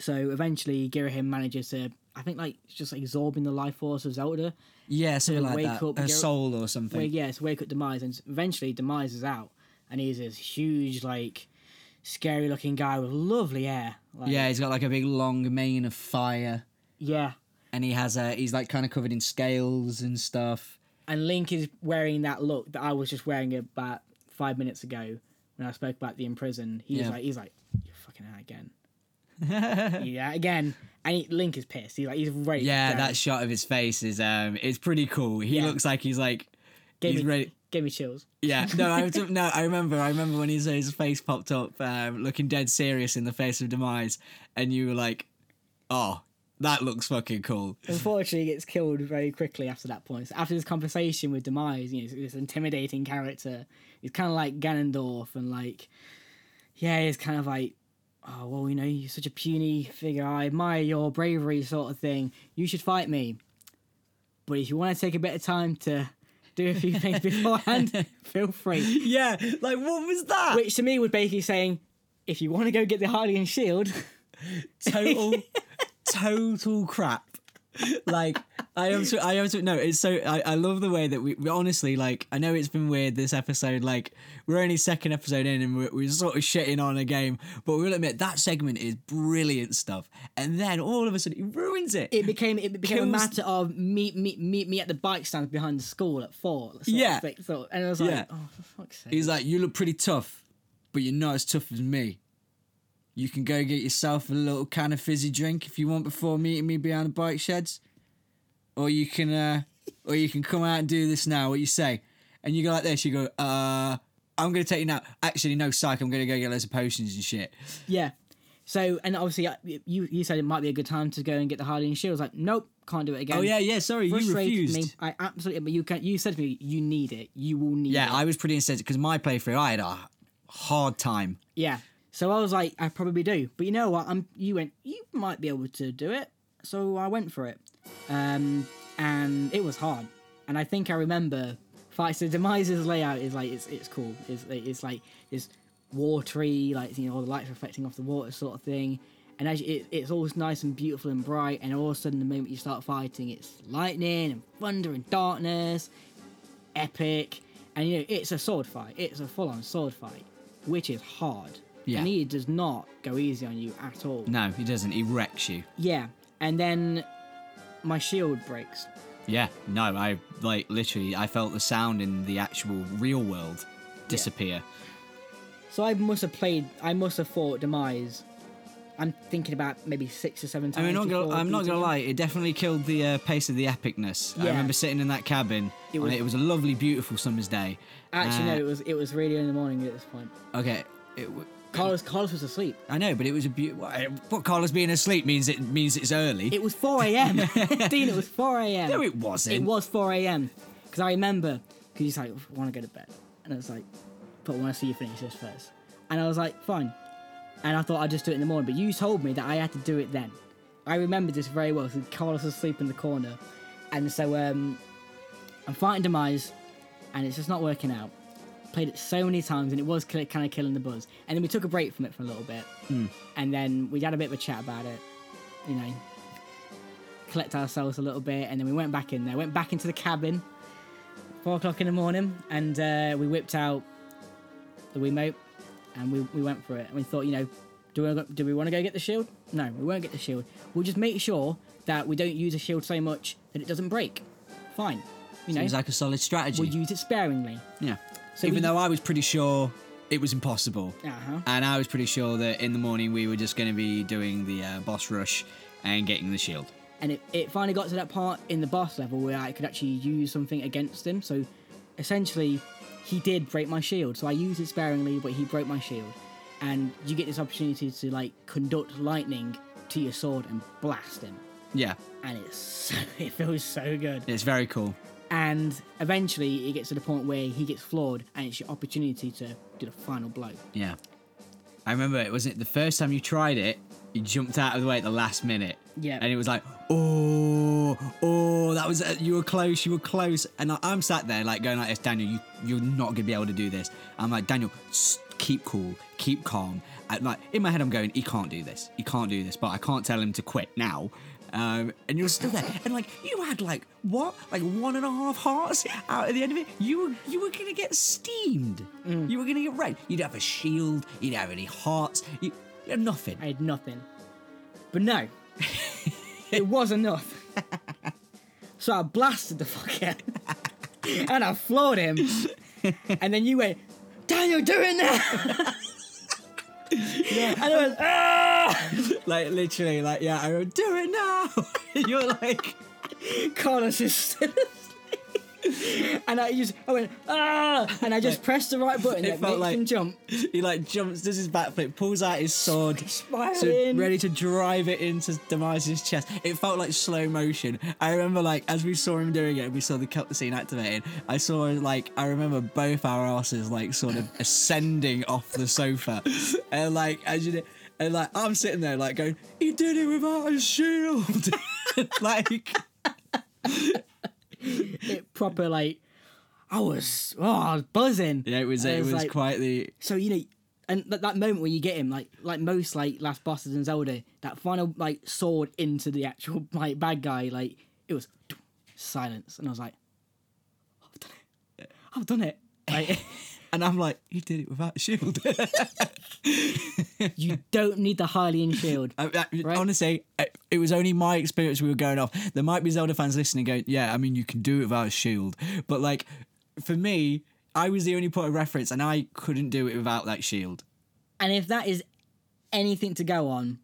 S2: So eventually, Girahim manages to, I think, like just absorbing the life force of Zelda.
S1: Yeah, something like
S2: wake
S1: that.
S2: up,
S1: a
S2: get-
S1: soul or something.
S2: Where, yeah, so wake up demise, and eventually demise is out, and he's this huge, like, scary-looking guy with lovely hair. Like,
S1: yeah, he's got like a big long mane of fire,
S2: yeah.
S1: and he has a he's like kind of covered in scales and (laughs) stuff.
S2: And Link is wearing that look that I was just wearing about five minutes ago when I spoke about the imprisoned. He's
S1: Yeah.
S2: like, he's like, you're fucking out again. yeah, again. And he, Link is pissed. He's like, he's ready. to
S1: Yeah,
S2: go.
S1: that shot of his face is um it's pretty cool. He
S2: Yeah.
S1: looks like he's like
S2: gave
S1: he's
S2: me,
S1: ready.
S2: gave me chills.
S1: Yeah, no, (laughs) I was- no, I remember, I remember when his his face popped up, um, looking dead serious in the face of demise, and you were like, oh, that looks fucking cool.
S2: unfortunately he gets killed very quickly after that point. So after this conversation with Demise, you know, this intimidating character, he's kind of like Ganondorf and like, yeah, he's kind of like, oh well, you know, you're such a puny figure. I admire your bravery, sort of thing. You should fight me. But if you want to take a bit of time to do a few things beforehand, feel free.
S1: (laughs) Yeah, like what was that?
S2: Which to me was basically saying, if you want to go get the Hylian shield,
S1: total total crap like i am so i am so no it's so I, I love the way that we, we honestly like i know it's been weird this episode like we're only second episode in and we're, we're sort of shitting on a game but we'll admit that segment is brilliant stuff and then all of a sudden it ruins it,
S2: it became it became a
S1: Kills-
S2: matter of meet meet meet me at the bike stand behind the school at four. sort of
S1: Yeah.
S2: thing. So- and I was like,
S1: Yeah.
S2: oh for fuck's sake.
S1: he's like you look pretty tough but you're not as tough as me you can go get yourself a little can of fizzy drink if you want before meeting me behind the bike sheds or you can uh or you can come out and do this now what you say and you go like this you go uh i'm gonna take you now actually no psych i'm gonna go get loads of potions and shit
S2: Yeah. So and obviously I- you you said it might be a good time to go and get the Hylian shield. I was like, nope, can't do it again.
S1: oh yeah yeah sorry you
S2: Frustrated
S1: refused
S2: me. I absolutely. But you can, you said to me, you need it. You will need
S1: yeah
S2: it.
S1: i was pretty incensed because my playthrough i had a hard time
S2: Yeah. So I was like, I probably do. But you know what? I'm. You went. You might be able to do it. So I went for it. Um, and it was hard. And I think I remember. Fight. So Demise's layout is like it's it's cool. It's it's like it's watery, like you know all the lights reflecting off the water sort of thing. And as you, it, it's all nice and beautiful and bright. And all of a sudden, the moment you start fighting, it's lightning and thunder and darkness epic, and you know it's a sword fight. It's a full-on sword fight, which is hard.
S1: Yeah.
S2: And he does not go easy on you at all.
S1: no he doesn't he wrecks you
S2: Yeah. And then my shield breaks.
S1: Yeah, no, I like literally I felt the sound in the actual real world disappear.
S2: So I must have played. I must have fought demise. I'm thinking about maybe six or seven
S1: I
S2: times.
S1: mean, not gonna,
S2: before
S1: I'm not gonna
S2: beating him.
S1: lie, it definitely killed the uh, pace of the epicness. I
S2: Yeah.
S1: remember sitting in that cabin,
S2: It
S1: on
S2: was-
S1: it, it was a lovely, beautiful summer's day.
S2: Actually,
S1: Uh,
S2: no. It was it was really early in the morning at this point.
S1: Okay, it, w-
S2: Carlos Carlos was asleep.
S1: I know, but it was a beautiful. What Carlos being asleep means it means it's early.
S2: It was
S1: (laughs)
S2: 4 a.m. Dean, it was 4 a.m.
S1: No, it wasn't.
S2: It was 4 a.m. Because I remember, because he's like, I want to go to bed. And I was like, but I want to see you finish this first. And I was like, fine. And I thought I'd just do it in the morning. But you told me that I had to do it then. I remember this very well. So Carlos was asleep in the corner. And so um, I'm fighting Demise, and it's just not working out. Played it so many times, and it was kind of killing the buzz. And then we took a break from it for a little bit. And then we had a bit of a chat about it. You know, collect ourselves a little bit, and then we went back in there, went back into the cabin, four o'clock in the morning, and uh, we whipped out the Wiimote, and we, we went for it. And we thought, you know, do we, do we want to go get the shield? No, we won't get the shield. We'll just make sure that we don't use the shield so much that it doesn't break. Fine. You know,
S1: Seems like a solid strategy.
S2: we'll use it sparingly.
S1: yeah.
S2: So
S1: Even
S2: we-
S1: though I was pretty sure it was impossible.
S2: Uh-huh.
S1: And I was pretty sure that in the morning we were just going to be doing the uh, boss rush and getting the shield.
S2: and it, it finally got to that part in the boss level where I could actually use something against him. So essentially, he did break my shield. So I used it sparingly, but he broke my shield. And you get this opportunity to like conduct lightning to your sword and blast him.
S1: Yeah,
S2: And it's (laughs) so, it feels so good.
S1: it's very cool.
S2: And eventually, it gets to the point where he gets floored, and it's your opportunity to do the final blow.
S1: Yeah, I remember it wasn't it the first time you tried it. You jumped out of the way at the last minute.
S2: Yeah.
S1: and it was like, oh, oh, that was uh, you were close, you were close. And I, I'm sat there like going like this, Daniel, you you're not gonna be able to do this. I'm like, Daniel, s keep cool, keep calm. And like in my head, I'm going, he can't do this, he can't do this, but I can't tell him to quit now. Um, and you're still there, and like you had like what, like one and a half hearts out at the end of it. You were you were gonna get steamed. You were gonna get wrecked. You'd have a shield. You'd have any hearts. You, you had nothing.
S2: I had nothing. But
S1: (laughs)
S2: no, it was enough. so I blasted the fuck out.
S1: (laughs)
S2: and I floored him. and then you went, Daniel, do it now! And I was, ah!
S1: Like literally, like yeah, I would do it now. (laughs) You're like,
S2: Carlos is still asleep. And I just, I went, ah! And I just pressed the right button
S1: it
S2: that
S1: felt
S2: makes
S1: like-
S2: him jump.
S1: he like jumps, does his backflip, pulls out his sword,
S2: Smiling.
S1: ready to drive it into Demise's chest. It felt like slow motion. I remember like as we saw him doing it, and we saw the cut scene activated. I saw like I remember both our asses like sort of ascending off the sofa, and like as you did. And like I'm sitting there, like (laughs) going, "He did it without a shield," like
S2: it proper like I was oh I was buzzing.
S1: Yeah, it was
S2: And
S1: it was
S2: like-
S1: quite the
S2: so you know and that, that moment when you get him like like most like last bosses in zelda that final like sword into the actual (laughs) like bad guy like it was silence and i was like i've done it i've done it
S1: and I'm like, he did it without a shield. (laughs)
S2: like (laughs) you don't need the hylian shield
S1: I, I, Honestly, I- it was only my experience we were going off. There might be Zelda fans listening going, yeah, I mean, you can do it without a shield. But, like, for me, I was the only point of reference and I couldn't do it without that shield.
S2: and if that is anything to go on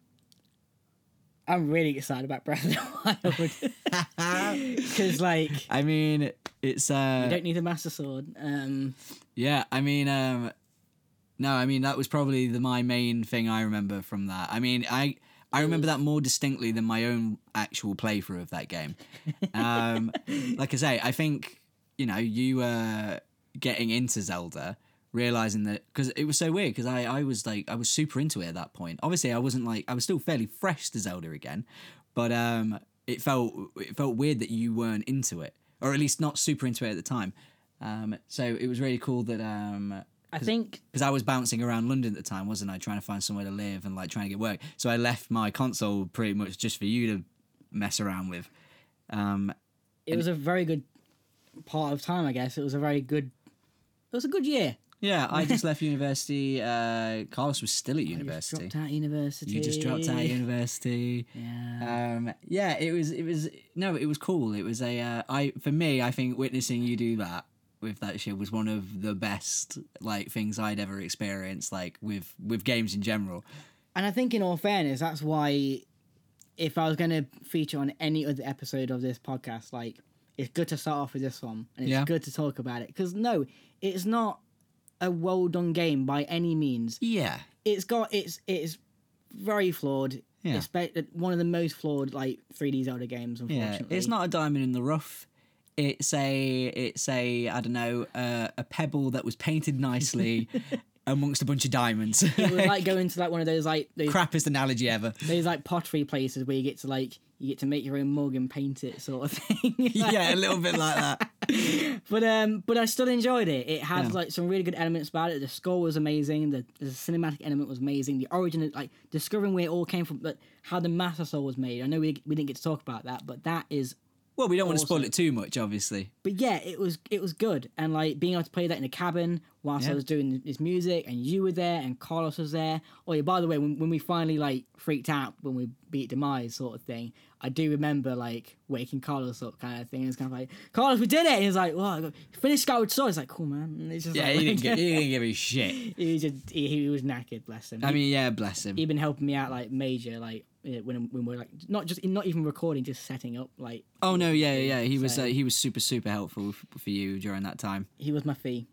S2: i'm really excited about breath of the (laughs) wild because like you
S1: I mean, it's. uh
S2: don't need the master sword um
S1: Yeah, I mean, um, no, I mean that was probably the my main thing I remember from that. I mean, I I remember that more distinctly than my own actual playthrough of that game. Um, like I say, I think you know you uh, getting into Zelda, realizing that because it was so weird because I I was like I was super into it at that point. Obviously, I wasn't like I was still fairly fresh to Zelda again, but um, it felt it felt weird that you weren't into it, or at least not super into it at the time. Um, so it was really cool that um,
S2: i think
S1: because I was bouncing around London at the time, wasn't I? Trying to find somewhere to live and like trying to get work. So I left my console pretty much just for you to mess around with. Um,
S2: it was a very good part of time, I guess. It was a very good. It was a good year.
S1: yeah, I just left university. Uh, Carlos was still at
S2: I just
S1: university.
S2: Oh, dropped out of university.
S1: You just dropped out of university.
S2: Yeah.
S1: Um, yeah, it was. It was no, it was cool. It was a. Uh, I for me, I think witnessing you do that with that shit was one of the best like things I'd ever experienced. Like with with games in general.
S2: And I think, in all fairness, that's why, if I was going to feature on any other episode of this podcast, like it's good to start off with this one, and it's
S1: Yeah.
S2: good to talk about it because no, it's not a well done game by any means.
S1: Yeah.
S2: It's got it's it's very flawed.
S1: Yeah.
S2: It's be- one of the most flawed like 3D Zelda games,
S1: Yeah,
S2: unfortunately.
S1: it's not a diamond in the rough. It's a it's a I don't know uh, a pebble that was painted (laughs) nicely amongst a bunch of diamonds.
S2: It would like go into like one of those like
S1: (laughs)
S2: those
S1: Crappiest analogy (laughs) ever.
S2: There's like pottery places where you get to like you get to make your own mug and paint it sort of thing. (laughs)
S1: yeah, a little bit like that.
S2: But um but I still enjoyed it. It had like some really good elements about it. The score was amazing, the, the cinematic element was amazing, the origin like discovering where it all came from, like how the Master Sword was made. I know we, we didn't get to talk about that, but that is
S1: Well, we don't want to spoil it too much, obviously.
S2: but yeah, it was it was good. And like being able to play that in a cabin whilst
S1: Yeah.
S2: I was doing this music and you were there and Carlos was there. Oh yeah, by the way, when, when we finally like freaked out when we beat Demise sort of thing, I do remember like waking Carlos up kind of thing. And it's kind of like, Carlos, we did it! And he's like, Wow, finish Skyward Sword. It's like, cool man. And it's just
S1: Yeah,
S2: like,
S1: he (laughs) didn't give, he didn't give a shit.
S2: (laughs) he was just he, he was knackered, bless him.
S1: I mean, yeah, bless him.
S2: he'd been helping me out like major, like eh, when when we're like not just not even recording, just setting up. Like
S1: Oh no, yeah, yeah, he was uh, he was super super helpful f- for you during that time.
S2: he was my fee.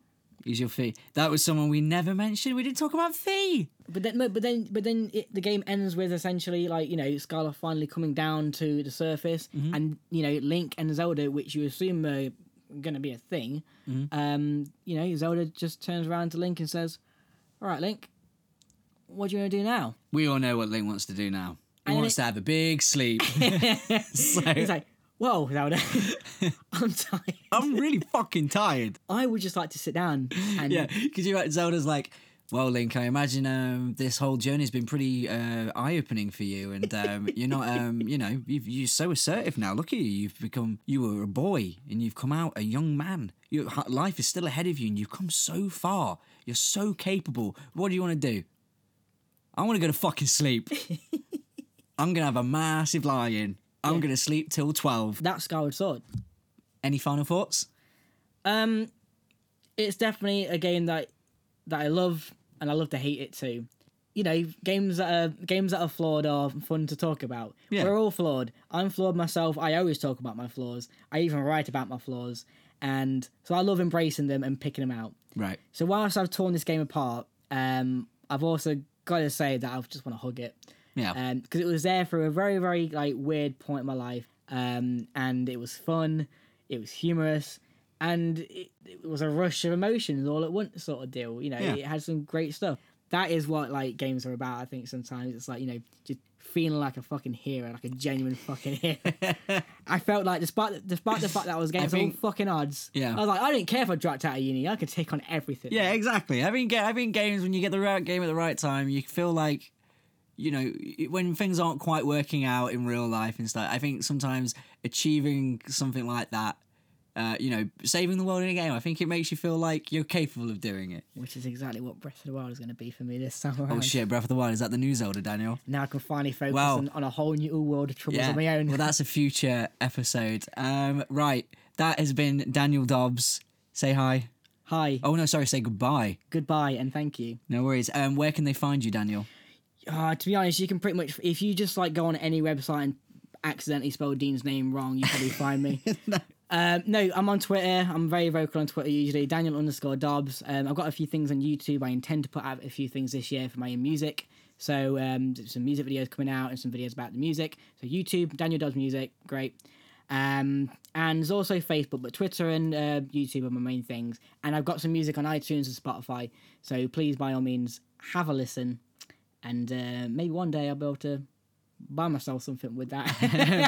S1: He's your fee. That was someone we never mentioned. We didn't talk about fee.
S2: But then, no, but then, but then it, the game ends with essentially like you know Scarlet finally coming down to the surface, and you know Link and Zelda, which you assume are going to be a thing. Um, you know, Zelda just turns around to Link and says, "All right, Link, what do you want to do now?"
S1: We all know what Link wants to do now. He
S2: And
S1: wants
S2: it-
S1: to have a big (laughs) sleep. so,
S2: He's like, "Whoa, Zelda, (laughs) I'm tired.
S1: I'm really fucking tired.
S2: I would just like to sit down."
S1: (laughs)
S2: And
S1: Yeah, because you Zelda's like, well, Link, I imagine um, this whole journey's been pretty uh, eye-opening for you, and um, you're not, um, you know, you've, you're so assertive now. Look at you, you've become, you were a boy, and you've come out a young man. Your h- life is still ahead of you, and you've come so far. You're so capable. What do you want to do? I want to go to fucking (laughs) sleep. I'm gonna have a massive lie-in. I'm gonna sleep till twelve.
S2: that's Skyward Sword.
S1: Any final thoughts?
S2: Um, it's definitely a game that that I love, and I love to hate it too. You know, games that are games that are flawed are fun to talk about.
S1: Yeah.
S2: We're all flawed. I'm flawed myself. I always talk about my flaws. I even write about my flaws, and so I love embracing them and picking them out.
S1: Right.
S2: So whilst I've torn this game apart, um, I've also got to say that I just want to hug it.
S1: Yeah.
S2: Because it was there for a very, very like weird point in my life, um, and it was fun, it was humorous, and it, it was a rush of emotions all at once sort of deal. You know,
S1: Yeah.
S2: it had some great stuff. that is what like games are about. I think sometimes it's like you know just feeling like a fucking hero, like a genuine
S1: (laughs)
S2: fucking hero. I felt like despite despite the fact that I was getting
S1: Everything-
S2: all fucking odds,
S1: Yeah.
S2: I was like, I didn't care if I dropped out of uni. I could take on everything.
S1: Yeah, exactly. Having ga- having games when you get the right game at the right time, you feel like, you know, y- when things aren't quite working out in real life and stuff. I think sometimes achieving something like that, uh, you know, saving the world in a game, I think it makes you feel like you're capable of doing it.
S2: which is exactly what Breath of the Wild is going to be for me this time around.
S1: Oh shit, Breath of the Wild is that the new Zelda, Daniel?
S2: Now I can finally focus
S1: Wow.
S2: on, on a whole new world of troubles of my own.
S1: Well, that's a future episode. Um, right, that has been Daniel Dobbs. Say hi.
S2: Hi,
S1: Oh no, sorry, say goodbye.
S2: goodbye, and thank you.
S1: No worries. Um, where can they find you, Daniel?
S2: Uh, to be honest, you can pretty much if you just like go on any website and accidentally spell Dean's name wrong, you probably
S1: (laughs)
S2: find me. Um, no, I'm on Twitter. I'm very vocal on Twitter usually. Daniel underscore Dobbs. Um, I've got a few things on YouTube. I intend to put out a few things this year for my own music. So um, there's some music videos coming out and some videos about the music. So YouTube, Daniel Dobbs Music, great. Um, and there's also Facebook, but Twitter and uh, YouTube are my main things. And I've got some music on iTunes and Spotify. So please, by all means, have a listen. And uh, maybe one day I'll be able to buy myself something
S1: (laughs)
S2: with that.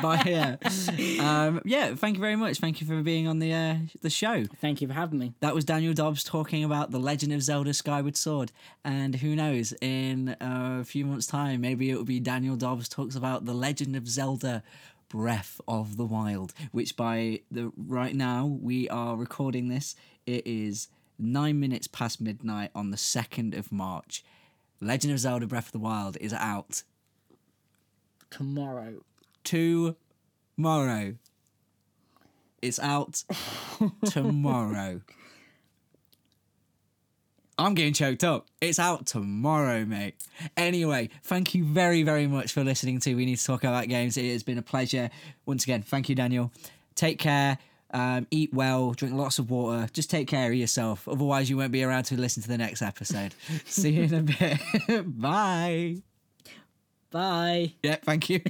S2: (laughs)
S1: Bye. Yeah. Um, yeah. Thank you very much. Thank you for being on the uh, the show.
S2: Thank you for having me.
S1: That was Daniel Dobbs talking about the Legend of Zelda: Skyward Sword, and who knows, in a few months' time, maybe it will be Daniel Dobbs talks about the Legend of Zelda: Breath of the Wild, which by the right now we are recording this. It is nine minutes past midnight on the second of March. Legend of Zelda: Breath of the Wild is out
S2: Tomorrow.
S1: tomorrow. It's out tomorrow. I'm getting choked up. It's out tomorrow, mate. Anyway, thank you very, very much for listening to We Need to Talk About Games. It has been a pleasure. Once again, thank you, Daniel. Take care. Um, eat well, drink lots of water. Just take care of yourself. Otherwise, you won't be around to listen to the next episode. (laughs) See you in a bit. (laughs) Bye.
S2: Bye.
S1: Yeah, thank you.